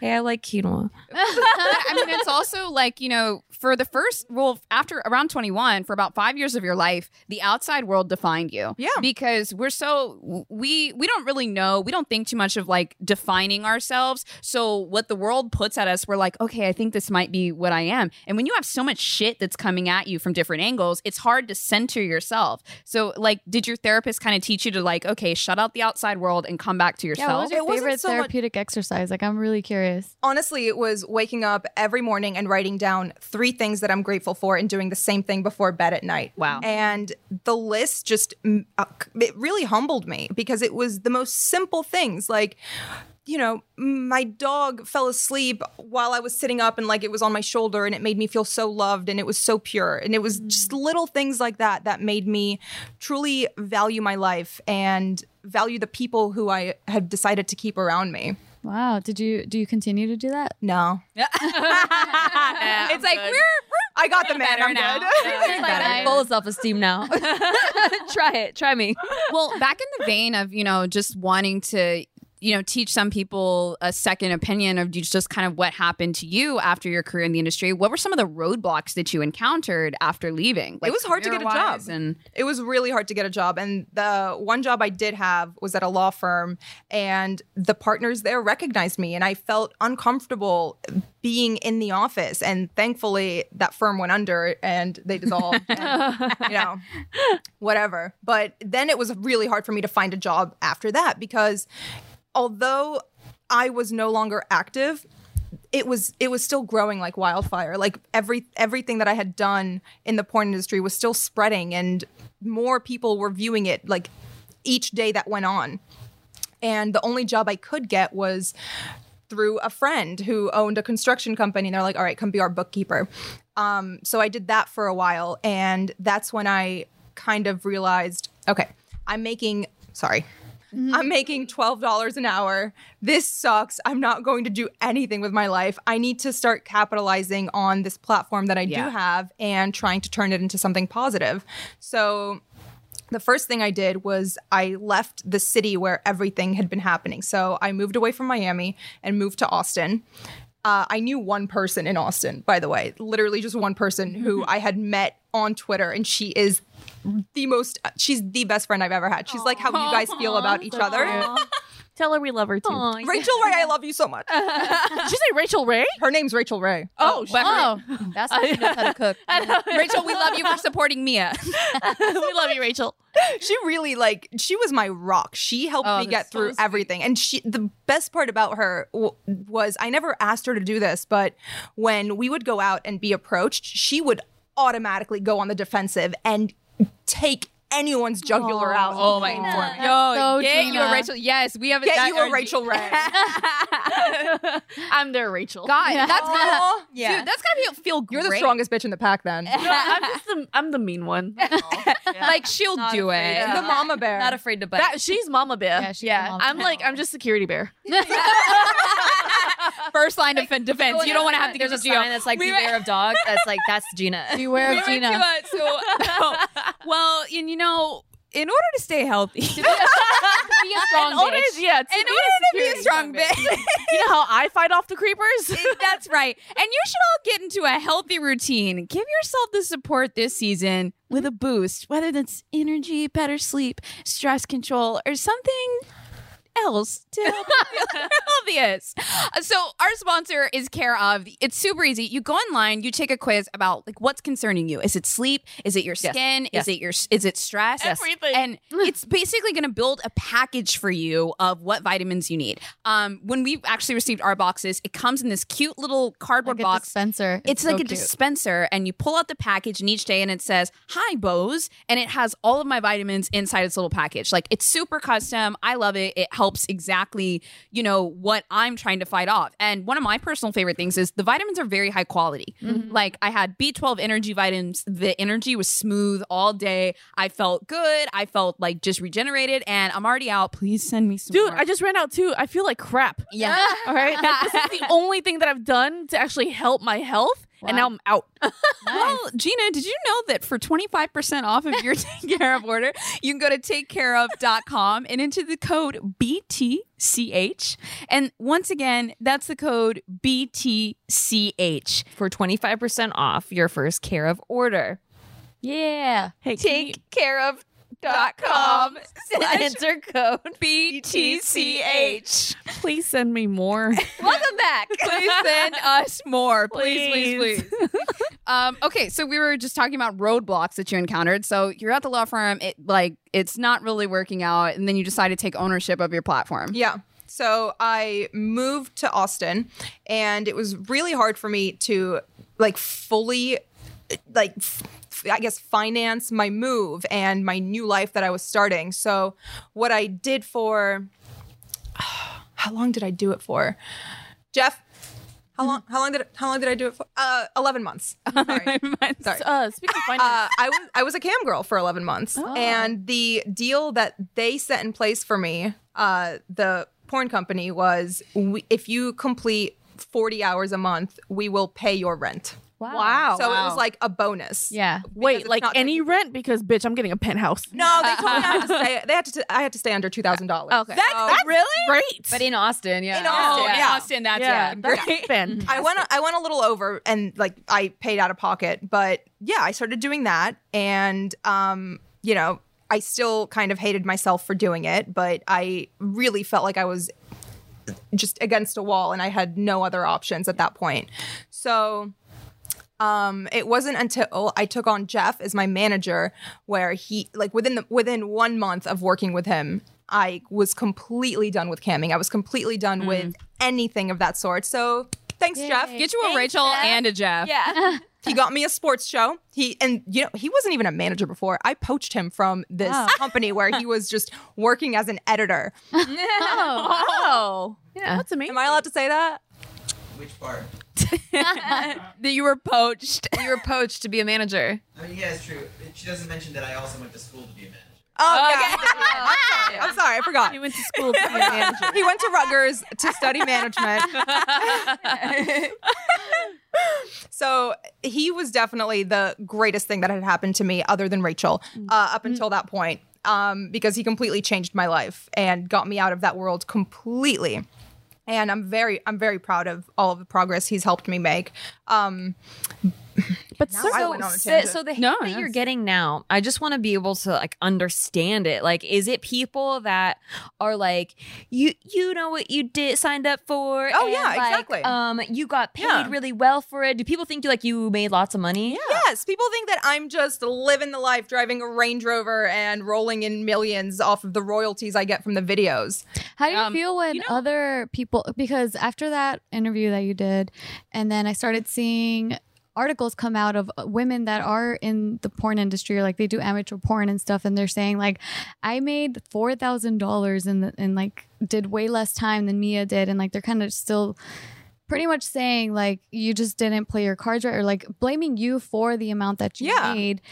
hey, I like quinoa.
I mean, it's also like, you know, for the first, well, after around 21, for about five years of your life, the outside world defined you.
Yeah.
Because we're so, we, we don't really know, we don't think too much of like defining ourselves. So what the world puts at us, we're like, okay, I think this might be what I am. And when you have so much shit that's coming at you from different angles, it's hard to center yourself. So like, did your therapist kind of teach you to like, okay, shut out the outside world and come back to yourself?
Yeah, what was
It wasn't
your favorite
so much-
therapeutic exercise? Like, I'm really curious.
Honestly, it was waking up every morning and writing down three things that I'm grateful for and doing the same thing before bed at night.
Wow.
And the list just, mm, uh, c- it really humbled me because it was the most simple things like, you know, my dog fell asleep while I was sitting up and like it was on my shoulder and it made me feel so loved and it was so pure. And it was just little things like that that made me truly value my life and value the people who I have decided to keep around me.
Wow. Did you do you continue to do that?
No.
it's like we're, we're
I got the man.
better
I'm
now.
good.
Yeah.
Like, I'm full of self esteem now. try it. Try me.
well, back in the vein of, you know, just wanting to, you know, teach some people a second opinion of just kind of what happened to you after your career in the industry. What were some of the roadblocks that you encountered after leaving? Like,
was hard to get a
career-wise
job.
And
It was really hard to get a job. And the one job I did have was at a law firm, and the partners there recognized me, and I felt uncomfortable being in the office. And thankfully, that firm went under and they dissolved. and, you know, whatever. But then it was really hard for me to find a job after that because although I was no longer active, it was it was still growing like wildfire. Like every everything that I had done in the porn industry was still spreading and more people were viewing it like each day that went on. And the only job I could get was through a friend who owned a construction company and they're like, "All right, come be our bookkeeper." Um so I did that for a while and that's when I kind of realized, okay, I'm making sorry. I'm making $12 an hour. This sucks. I'm not going to do anything with my life. I need to start capitalizing on this platform that I
Yeah.
do have and trying to turn it into something positive. So the first thing I did was I left the city where everything had been happening. So I moved away from Miami and moved to Austin. Uh, I knew one person in Austin, by the way, literally just one person who I had met on Twitter, and she is the most, she's the best friend I've ever had. She's like how you guys feel about each other.
Tell her we love her too.
Rachel Ray, I love you so much.
Did you say Rachel Ray?
Her name's Rachel Ray.
Uh-huh. oh, but
Oh, that's how she knows how to cook.
Rachel, we love you for supporting Mia.
we love you, Rachel.
she really like she was my rock. She helped
Oh,
me
that's
get through everything. And she the best part about her w- was I never asked her to do this, but when we would go out and be approached, she would automatically go on the defensive and take anyone's jugular out.
Oh my
god.
Yo,
so
get you a
Gina.
Rachel. Yes, we have
Get
that-
you a Rachel Ray.
I'm their Rachel.
God, that's gonna,
Aw.
yeah. dude, that's gonna be, feel
You're
great.
the strongest bitch in the pack then.
No, I'm just the I'm the mean one.
Like she'll do it.
The mama bear.
Not afraid to bite.
That- she's Mama Bear.
Yeah, she's
yeah.
Mama
I'm
Bear.
like I'm just security bear.
First line of fen- defense. you don't want to have to
There's
get
a
a
sign that's like beware of dog. That's like that's Gina.
Beware of Gina.
So, well, and you know, in order to stay healthy,
Be a strong
In order-
bitch.
yeah. To
in order
be
to be a
security
strong
bear.
bitch,
you know how I fight off the creepers?
that's right. And you should all get into a healthy routine. Give yourself the support this season with a boost, whether that's energy, better sleep, stress control, or something else to help you feel obvious. So our sponsor is Care of. It's super easy. You go online, you take a quiz about like what's concerning you. Is it sleep? Is it your skin?
Yes.
Is it your is it stress?
Everything.
And it's basically going to build a package for you of what vitamins you need. Um, when we actually received our boxes, it comes in this cute little cardboard
Like a
box.
dispenser.
It's,
so
like a
cute.
dispenser, and you pull out the package and each day, and it says "Hi, Bose," and it has all of my vitamins inside its little package. Like it's super custom. I love it. It helps exactly you know what I'm trying to fight off. And one of my personal favorite things is the vitamins are very high quality. Like I had B12 energy vitamins. The energy was smooth all day. I felt good. I felt like just regenerated, and I'm already out. Please send me some.
Dude,
more.
I just ran out too. I feel like crap.
yeah.
All right. Like, this is the only thing that I've done to actually help my health and now I'm out.
Well, Gina, did you know that for 25% off of your Take Care of order, you can go to takecareof.com and enter the code BTCH. And once again, that's the code BTCH.
for 25% off your first care of order.
yeah.
Hey,
Take care of dot com
.com
enter code
BTCH.
please send me more.
welcome back
Please send us more. please, please.
Please.
please. Um, okay, so we were just talking about roadblocks that you encountered. So you're at the law firm, it like it's not really working out, and then you decide to take ownership of your platform.
Yeah. So I moved to Austin and it was really hard for me to like fully like f- I guess finance my move and my new life that I was starting. So what I did for how long did I do it for? Jeff how long how long did how long did I do it for? Uh 11 months. Sorry. Sorry.
Uh, speaking of finance,
Uh, I was I was a cam girl for 11 months,
Oh.
and the deal that they set in place for me, uh, the porn company was, we, if you complete 40 hours a month, we will pay your rent.
Wow.
So it
Wow.
was like a bonus.
Yeah.
because
wait,
it's
like
not-
any rent because bitch, I'm getting a penthouse.
No, they told me I had to stay. They had to. t- I had to stay under two thousand dollars.
Okay. Oh,
That- that's
really.
great.
but in austin yeah
In Austin, yeah.
Austin, that's
yeah,
it.
that's fantastic.
I went. I went a little over, and like I paid out of pocket, but yeah, I started doing that, and um, you know, I still kind of hated myself for doing it, but I really felt like I was just against a wall, and I had no other options at that point. So. Um, it wasn't until I took on Jeff as my manager where he like within the within one month of working with him, I was completely done with camming. I was completely done with anything of that sort. So thanks, Jeff.
Get you a Rachel and a Jeff.
yeah
He got me a sports show. He and you know he wasn't even a manager before. I poached him from this company where he was just working as an editor.
Oh,
yeah
that's amazing.
Am I allowed to say that?
Which part?
That you were poached.
you were poached to be a manager
I mean, yeah, it's true. It- She doesn't mention that I also went to school to be a manager.
Oh, yeah. I'm sorry. I'm sorry. I forgot.
You went to school. for finance.
he went to Rutgers to study management. so he was definitely the greatest thing that had happened to me, other than Rachel,
Mm.
uh, up until
Mm-hmm.
that point, um, because he completely changed my life and got me out of that world completely. And I'm very, I'm very proud of all of the progress he's helped me make. Um,
But
Now
so,
I went on a
so,
tangent.
so the hate
No,
that you're
that's-
getting now, I just want to be able to like understand it. Like, is it people that are like, you you know what you did signed up for?
Oh, yeah,
like,
exactly.
Um, you got paid
Yeah.
really well for it. Do people think you like you made lots of money?
Yes, people think that I'm just living the life, driving a Range Rover and rolling in millions off of the royalties I get from the videos.
How do you
Um,
feel when other people? Because after that interview that you did, and then I started seeing articles come out of uh, women that are in the porn industry, or like they do amateur porn and stuff, and they're saying like, "I made four thousand dollars and the- and like did way less time than Mia did," and like they're kind of still pretty much saying like you just didn't play your cards right or like blaming you for the amount that you
Yeah.
made.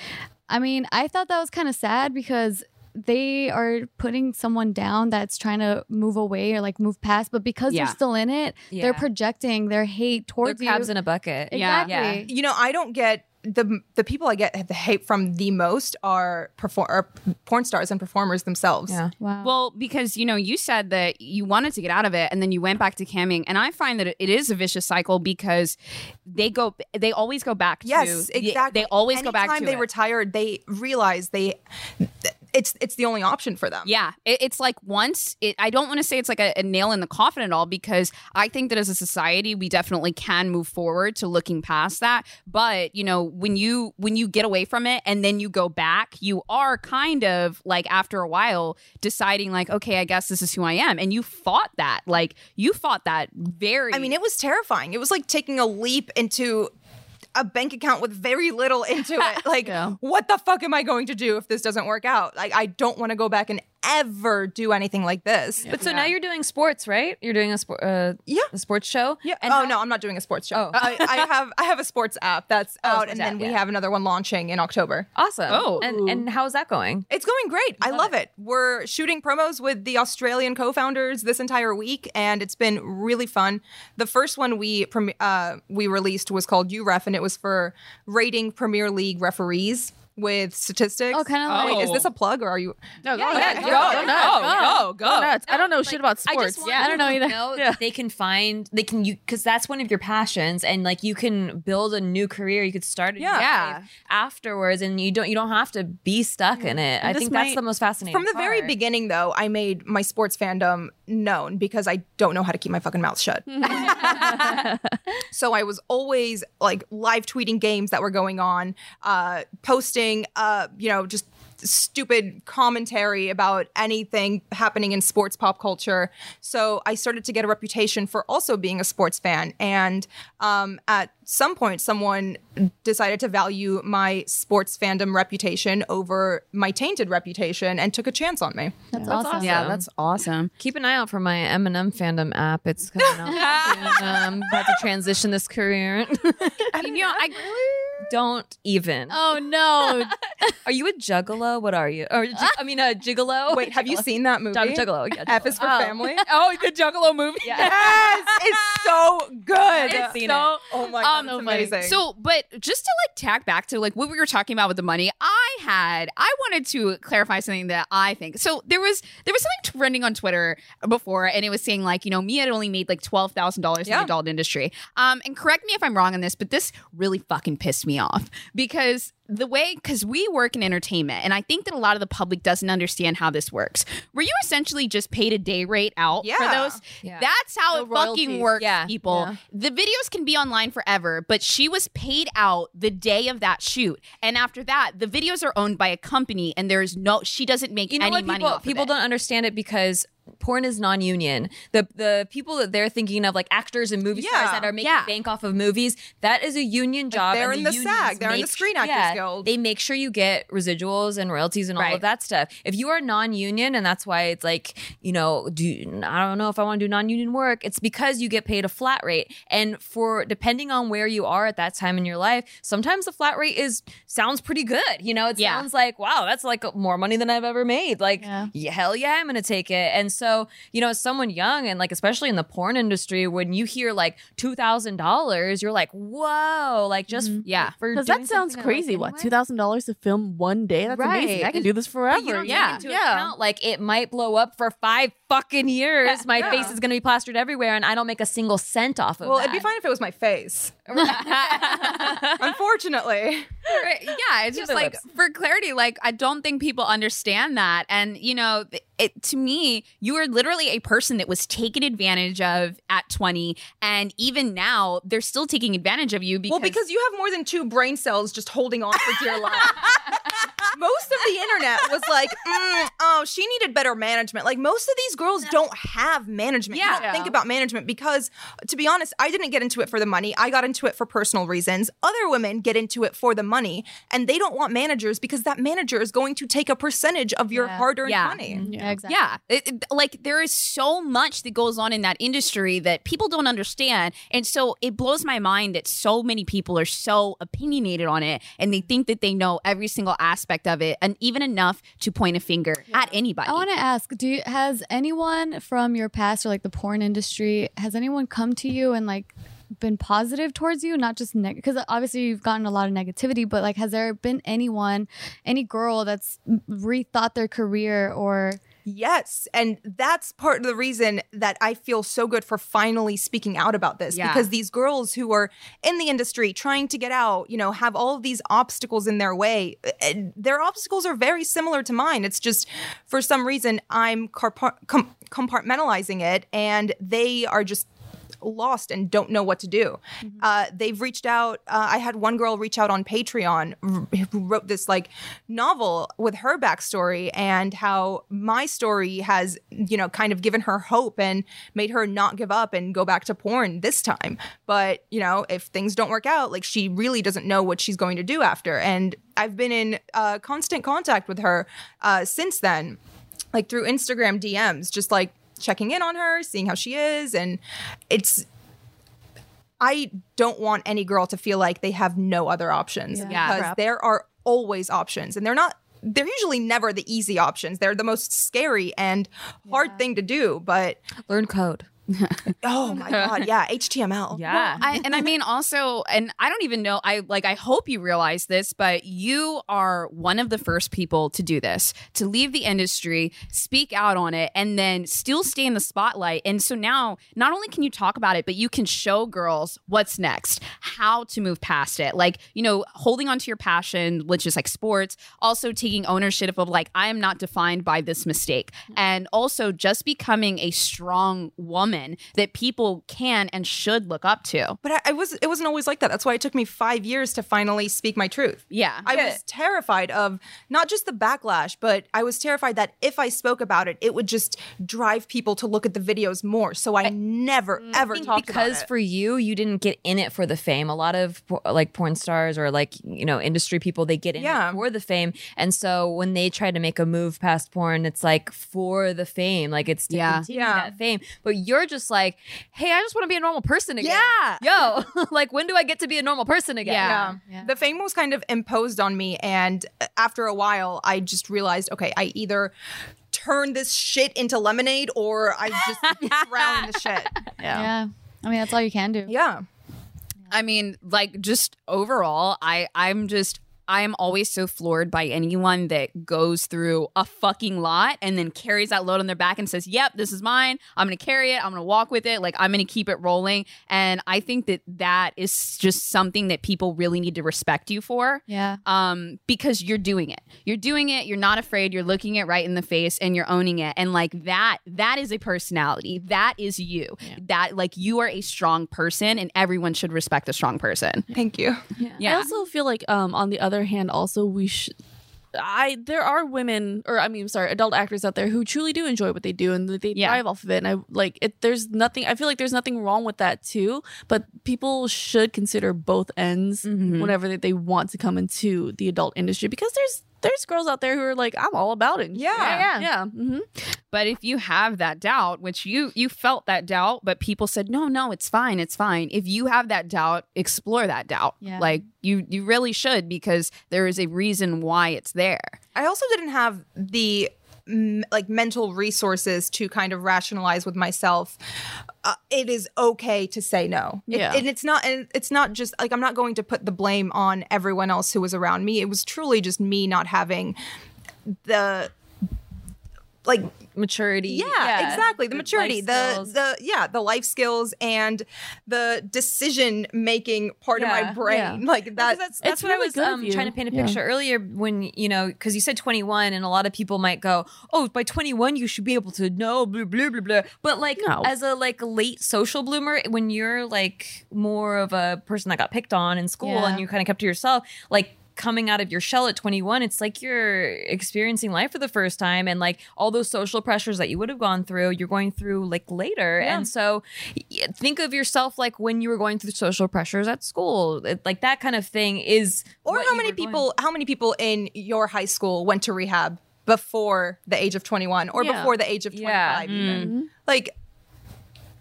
I mean, I thought that was kind of sad because they are putting someone down that's trying to move away or like move past, but because
Yeah.
they're still in it,
Yeah.
they're projecting their hate
Or
towards
crabs
you.
in a bucket.
Yeah.
exactly.
Yeah.
you know, I don't get the the people I get the hate from the most are perform are porn stars and performers themselves.
Yeah.
Wow.
Well, because you know, you said that you wanted to get out of it, and then you went back to camming, and I find that it is a vicious cycle because they go, they always go back.
Yes,
to,
exactly.
They always go back
Anytime
to
they
it.
retired, they realize they it's it's the only option for them.
Yeah, it, it's like once it, I don't want to say it's like a, a nail in the coffin at all because I think that as a society we definitely can move forward to looking past that. But you know, when you when you get away from it and then you go back, you are kind of like after a while deciding like, okay, I guess this is who I am, and you fought that. Like you fought that very.
I mean, it was terrifying. It was like taking a leap into a bank account with very little into it. Like,
Yeah.
what the fuck am I going to do if this doesn't work out? Like, I don't want to go back and ever do anything like this.
But so now you're doing sports, right? You're doing a sport, uh,
Yeah.
a sports show.
Yeah.
And
oh
how-
no, I'm not doing a sports show.
Oh.
I, I have I have a sports app that's out,
sports
and
app,
then we
yeah.
have another one launching in October.
awesome.
Oh.
and and how's that going?
It's going great. I love it. We're shooting promos with the Australian co-founders this entire week, and it's been really fun. The first one we prem- uh, we released was called UREF, and it was for rating Premier League referees with statistics.
Oh, kinda like-
Wait, is this a plug or are you?
No, go
Yeah,
ahead.
yeah,
Go,
Oh,
go,
go
go,
nuts.
go, go.
nuts. Oh. I don't know shit about
I
sports.
just want
Yeah.
people
I don't
know
to
either.
Know
Yeah.
that they can find they can you because that's one of your passions, and like you can build a new career. You could start a new
Yeah.
Yeah.
life afterwards, and you don't you don't have to be stuck in it. I
this
think
might-
that's the most fascinating.
From the very
part.
beginning, though, I made my sports fandom known because I don't know how to keep my fucking mouth shut. so I was always like live tweeting games that were going on, uh, posting, uh, you know, just stupid commentary about anything happening in sports pop culture. So I started to get a reputation for also being a sports fan. And um, at some point, someone decided to value my sports fandom reputation over my tainted reputation and took a chance on me.
That's awesome.
Yeah, that's awesome.
Keep an eye out for my Eminem fandom app. It's coming out. soon. I'm about to transition this career.
You know, I
Don't even.
Oh no!
Are you a juggalo? What are you? Or ju- I mean, a gigolo?
Wait, have you seen that movie?
Dom Juggalo? Yeah,
F is for family.
oh the Juggalo movie.
yes, it's so good.
I've seen
so-
it.
Oh my
Um,
god, it's
so funny.
amazing.
So, but just to like tack back to like what we were talking about with the money, I had I wanted to clarify something that I think. So there was there was something trending on Twitter before, and it was saying like you know me had only made like twelve thousand dollars in the
Yeah.
adult industry. Um, and correct me if I'm wrong on this, but this really fucking pissed me off because the way because we work in entertainment, and I think that a lot of the public doesn't understand how this works. Were you essentially just paid a day rate out for
Yeah.
those?
Yeah.
That's how it
No
fucking
royalties.
works,
Yeah.
people.
Yeah.
The videos can be online forever, but she was paid out the day of that shoot. And after that, the videos are owned by a company and there is no she doesn't make
you know
any
what?
money
People
off
people
of it.
don't understand it because porn is non-union. The the people that they're thinking of, like actors and movie
Yeah.
stars that are making
Yeah.
bank off of movies, that is a union job.
they're
and
in the
unions
SAG, they're in the
make-
Screen Actors
yeah,
Guild.
They make sure you get residuals and royalties and all
Right.
of that stuff. If you are non-union, and that's why it's like you know, do I don't know if I want to do non-union work. It's because you get paid a flat rate, and for depending on where you are at that time in your life, sometimes the flat rate is sounds pretty good. You know, it
Yeah.
sounds like wow, that's like more money than I've ever made. Like
Yeah.
yeah, hell yeah, I'm gonna take it. And so, you know, as someone young and like especially in the porn industry, when you hear like two thousand dollars, you're like, whoa, like just
Yeah.
for
because
doing
that sounds
something I like
crazy. What
anyway.
two thousand dollars to film one day? That's amazing. I
Right.
can do this
But you
forever.
don't
Yeah.
take into account like it might blow up for five fucking years. My face is gonna be plastered everywhere, and I don't make a single cent off of
well,
that.
it'd be fine if it was my face. Unfortunately.
Right. yeah, it's just
the
like for clarity, like I don't think people understand that. And you know, th- it, to me, you are literally a person that was taken advantage of at 20 and even now they're still taking advantage of you because,
Well, because you have more than two brain cells just holding on for dear life. most of the internet was like, "Mm, oh, she needed better management. Like most of these girls don't have management. You
Yeah.
don't think about management because, to be honest, I didn't get into it for the money. I got into it for personal reasons. Other women get into it for the money, and they don't want managers because that manager is going to take a percentage of your
Yeah. Mm-hmm.
hard-earned
Yeah.
money.
Yeah, exactly.
Yeah, It- it- like there is so much that goes on in that industry that people don't understand, and so it blows my mind that so many people are so opinionated on it, and they think that they know every single aspect of it, and even enough to point a finger at anybody.
I want to ask: Do you, has anyone from your past or like the porn industry has anyone come to you and like been positive towards you, not just negative? Because obviously you've gotten a lot of negativity, but like, has there been anyone, any girl that's rethought their career or
Yes. And that's part of the reason that I feel so good for finally speaking out about this
Yeah.
because these girls who are in the industry trying to get out, you know, have all of these obstacles in their way. And Their obstacles are very similar to mine. It's just for some reason I'm carpa- com- compartmentalizing it and they are just lost and don't know what to do. Uh, they've reached out. Uh, I had one girl reach out on Patreon r- who wrote this like novel with her backstory and how my story has, you know, kind of given her hope and made her not give up and go back to porn this time. But, you know, if things don't work out, like she really doesn't know what she's going to do after. And I've been in uh, constant contact with her uh, since then like through Instagram DMs, just like checking in on her, seeing how she is. And it's, I don't want any girl to feel like they have no other options
Yeah.
because
Crap.
there are always options and they're not. They're usually never the easy options. They're the most scary and hard thing to do. But
Learn code.
oh my god, yeah, HTML.
Yeah.
I, and I mean, also, and I don't even know. I like. I hope you realize this, but you are one of the first people to do this, to leave the industry, speak out on it, and then still stay in the spotlight. And so now, not only can you talk about it, but you can show girls what's next, how to move past it. Like you know, holding on to your passion, which is like sports, also taking ownership of like I am not defined by this mistake, and also just becoming a strong woman that people can and should look up to.
But I, I was it wasn't always like that. That's why it took me five years to finally speak my truth.
Yeah.
I was terrified of not just the backlash, but I was terrified that if I spoke about it, it would just drive people to look at the videos more. So I, never ever talked
because
about it.
for you you didn't get in it for the fame a lot of por- like porn stars or like you know industry people they get in
Yeah.
it for the fame and so when they try to make a move past porn it's like for the fame like it's to
Yeah.
continue
Yeah.
that fame but you're just like hey i just want to be a normal person again
Yeah.
yo like when do i get to be a normal person again
Yeah.
Yeah.
The fame was kind of imposed on me. And after a while, I just realized okay, I either turn this shit into lemonade or I just drown in the shit.
yeah. I mean, that's all you can do.
Oh. Yeah.
I mean, like just overall, I I'm just I'm always so floored by anyone that goes through a fucking lot and then carries that load on their back and says, "Yep, this is mine. I'm going to carry it. I'm going to walk with it. Like I'm going to keep it rolling." And I think that that is just something that people really need to respect you for.
Yeah.
um, because you're doing it. You're doing it. You're not afraid. You're looking it right in the face, and you're owning it. And like that, that is a personality. That is you. That like you are a strong person, and everyone should respect a strong person.
Thank you.
Yeah.
I also feel like, um, on the other hand, also we should. I there are women, or I mean, sorry, adult actors out there who truly do enjoy what they do and they
Yeah.
thrive off of it. And I like it. There's nothing. I feel like there's nothing wrong with that too. But people should consider both ends whenever that they want to come into the adult industry because there's there's girls out there who are like, I'm all about it.
Yeah.
yeah, yeah. hmm
But if you have that doubt, which you you felt that doubt, but people said, "No, no, it's fine. It's fine." If you have that doubt, explore that doubt.
Yeah.
Like you you really should because there is a reason why it's there.
I also didn't have the m- like mental resources to kind of rationalize with myself. Uh, it is okay to say no. It-
Yeah.
and it's not. And it's not just like I'm not going to put the blame on everyone else who was around me. It was truly just me not having the like
maturity
yeah, exactly the
Good
maturity
life
the
skills.
the yeah the life skills and the decision making part of my
Yeah,
brain like that
Because that's, that's
It's
what
really
I was
good of
um,
you.
trying to paint a
Yeah.
picture earlier when you know because you said 21 and a lot of people might go oh by 21 you should be able to know blah blah blah blah but like
No.
as a like late social bloomer when you're like more of a person that got picked on in school
Yeah.
and you kind of kept to yourself like coming out of your shell at 21 it's like you're experiencing life for the first time and like all those social pressures that you would have gone through you're going through like later and so y- think of yourself like when you were going through social pressures at school It- like that kind of thing is
or
what
how
you
many
were going-
people how many people in your high school went to rehab before the age of 21 or
Yeah.
before the age of 25
Yeah.
even like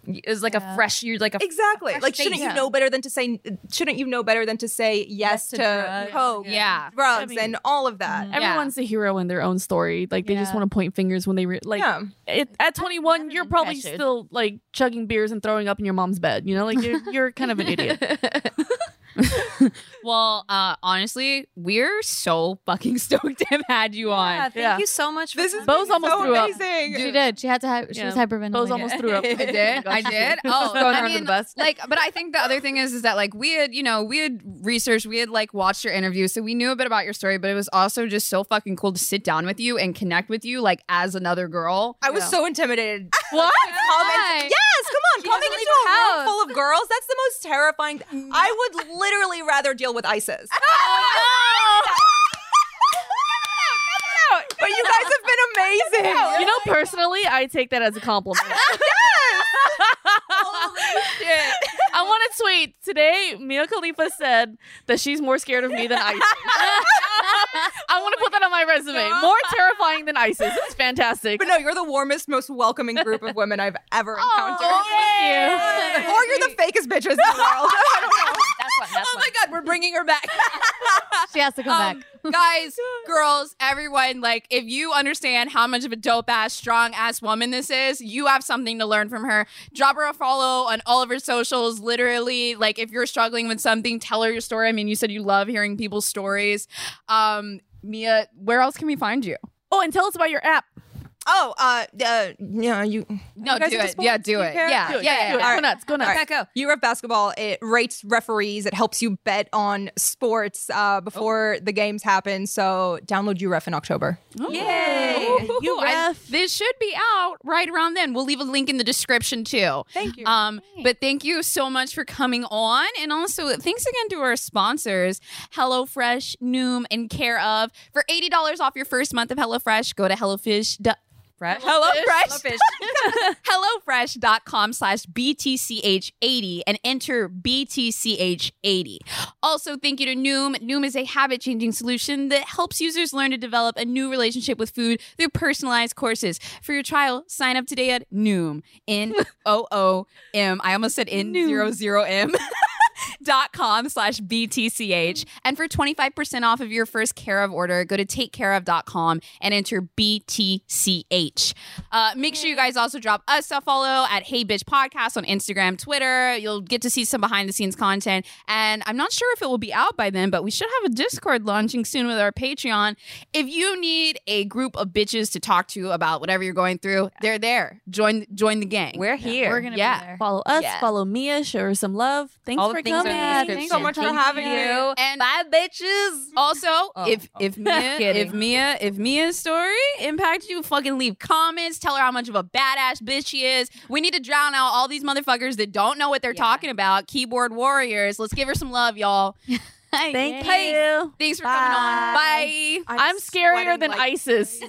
it was like a fresh you're like a
exactly
fresh
like shouldn't
face.
you know better than to say shouldn't you know better than to say yes,
to
to,
drugs.
coke
Yeah.
drugs
I mean- mm-hmm.
and all of that
Everyone's a hero in their own story. Like they just
Yeah.
want to point fingers when they re- like.
Yeah.
It, at 21, you're probably still like chugging beers and throwing up in your mom's bed. You know, like you're you're kind of an
Oh
idiot.
Well, uh, honestly, we're so fucking stoked to have had you on.
yeah, thank
Yeah.
you so much for
this is
Bo's almost
so
threw up.
amazing
She did. She had to. Hi- she
Yeah.
was
Bo's
hyperventilating.
almost threw up.
I did. I did. Oh,
throwing her
I
under the
mean,
bus.
like, but I think the other thing is, is that like we had, you know, we had researched, we had like watched your interview, so we knew a bit about your story. But it was also just so fucking cool to sit down with you and connect with you, like as another girl.
I was so intimidated.
What?
Comment- yes, come on. Coming
doesn't leave
into
her
a
house.
room full of girls, that's the most terrifying. Th- I would literally rather deal with ISIS.
Oh,
but you guys have been amazing.
you know, personally, I take that as a compliment. I want to tweet today. Mia Khalifa said that she's more scared of me than I. I
Oh
want to put that on my resume. More terrifying than ISIS. It's fantastic.
But no, you're the warmest, most welcoming group of women I've ever
Oh,
encountered.
thank
Or you're the fakest bitches in the world. I don't know.
That's one. That's
Oh my god, we're bringing her back.
She has to come back.
Um, guys, girls, everyone, like if you understand how much of a dope ass, strong ass woman this is, you have something to learn from her. Drop her a follow on all of her socials. Literally, like if you're struggling with something, tell her your story. I mean, you said you love hearing people's stories. Um, Mia, where else can we find you?
Oh, and tell us about your app.
Oh, uh, uh, yeah, you.
No, do
you guys into
it.
sports?
Yeah, do
You
it.
care?
Yeah,
Do
yeah,
it.
yeah.
Do it.
yeah.
Go nuts. Go nuts.
All right. Europe basketball, it rates referees. It helps you bet on sports uh, before the games happen. So download UREF in October.
Yay! You I, this should be out right around then. We'll leave a link in the description too.
Thank you.
Um, but thank you so much for coming on, and also thanks again to our sponsors, HelloFresh, Noom, and Care of. For eighty dollars off your first month of HelloFresh, go to HelloFish. du-
Fresh.
HelloFresh. HelloFresh.com slash BTCH80 and enter BTCH80. Also, thank you to Noom. Noom is a habit changing solution that helps users learn to develop a new relationship with food through personalized courses. For your trial, sign up today at Noom. N O O M. I almost said N 00 M dot com slash btch and for 25% off of your first care of order go to takecareof.com and enter btch uh, make sure you guys also drop us a follow at hey bitch podcast on instagram twitter you'll get to see some behind the scenes content and i'm not sure if it will be out by then but we should have a discord launching soon with our patreon if you need a group of bitches to talk to about whatever you're going through they're there join join the gang
We're here.
We're gonna
yeah.
be there.
Follow us.
Yeah.
Follow Mia. Show her some love. Thanks
All the
for
things are in the
coming.
description.
Thanks
so much for having me.
and
Bye, bitches.
Also,
Oh,
if if Mia
Kidding.
if Mia if Mia's story impacts you, fucking leave comments. Tell her how much of a badass bitch she is. We need to drown out all these motherfuckers that don't know what they're
Yeah.
talking about. Keyboard warriors. Let's give her some love, y'all.
Thank
Yay.
you.
Thanks for coming on. Bye.
I'm scarier
sweating
than
like
ISIS.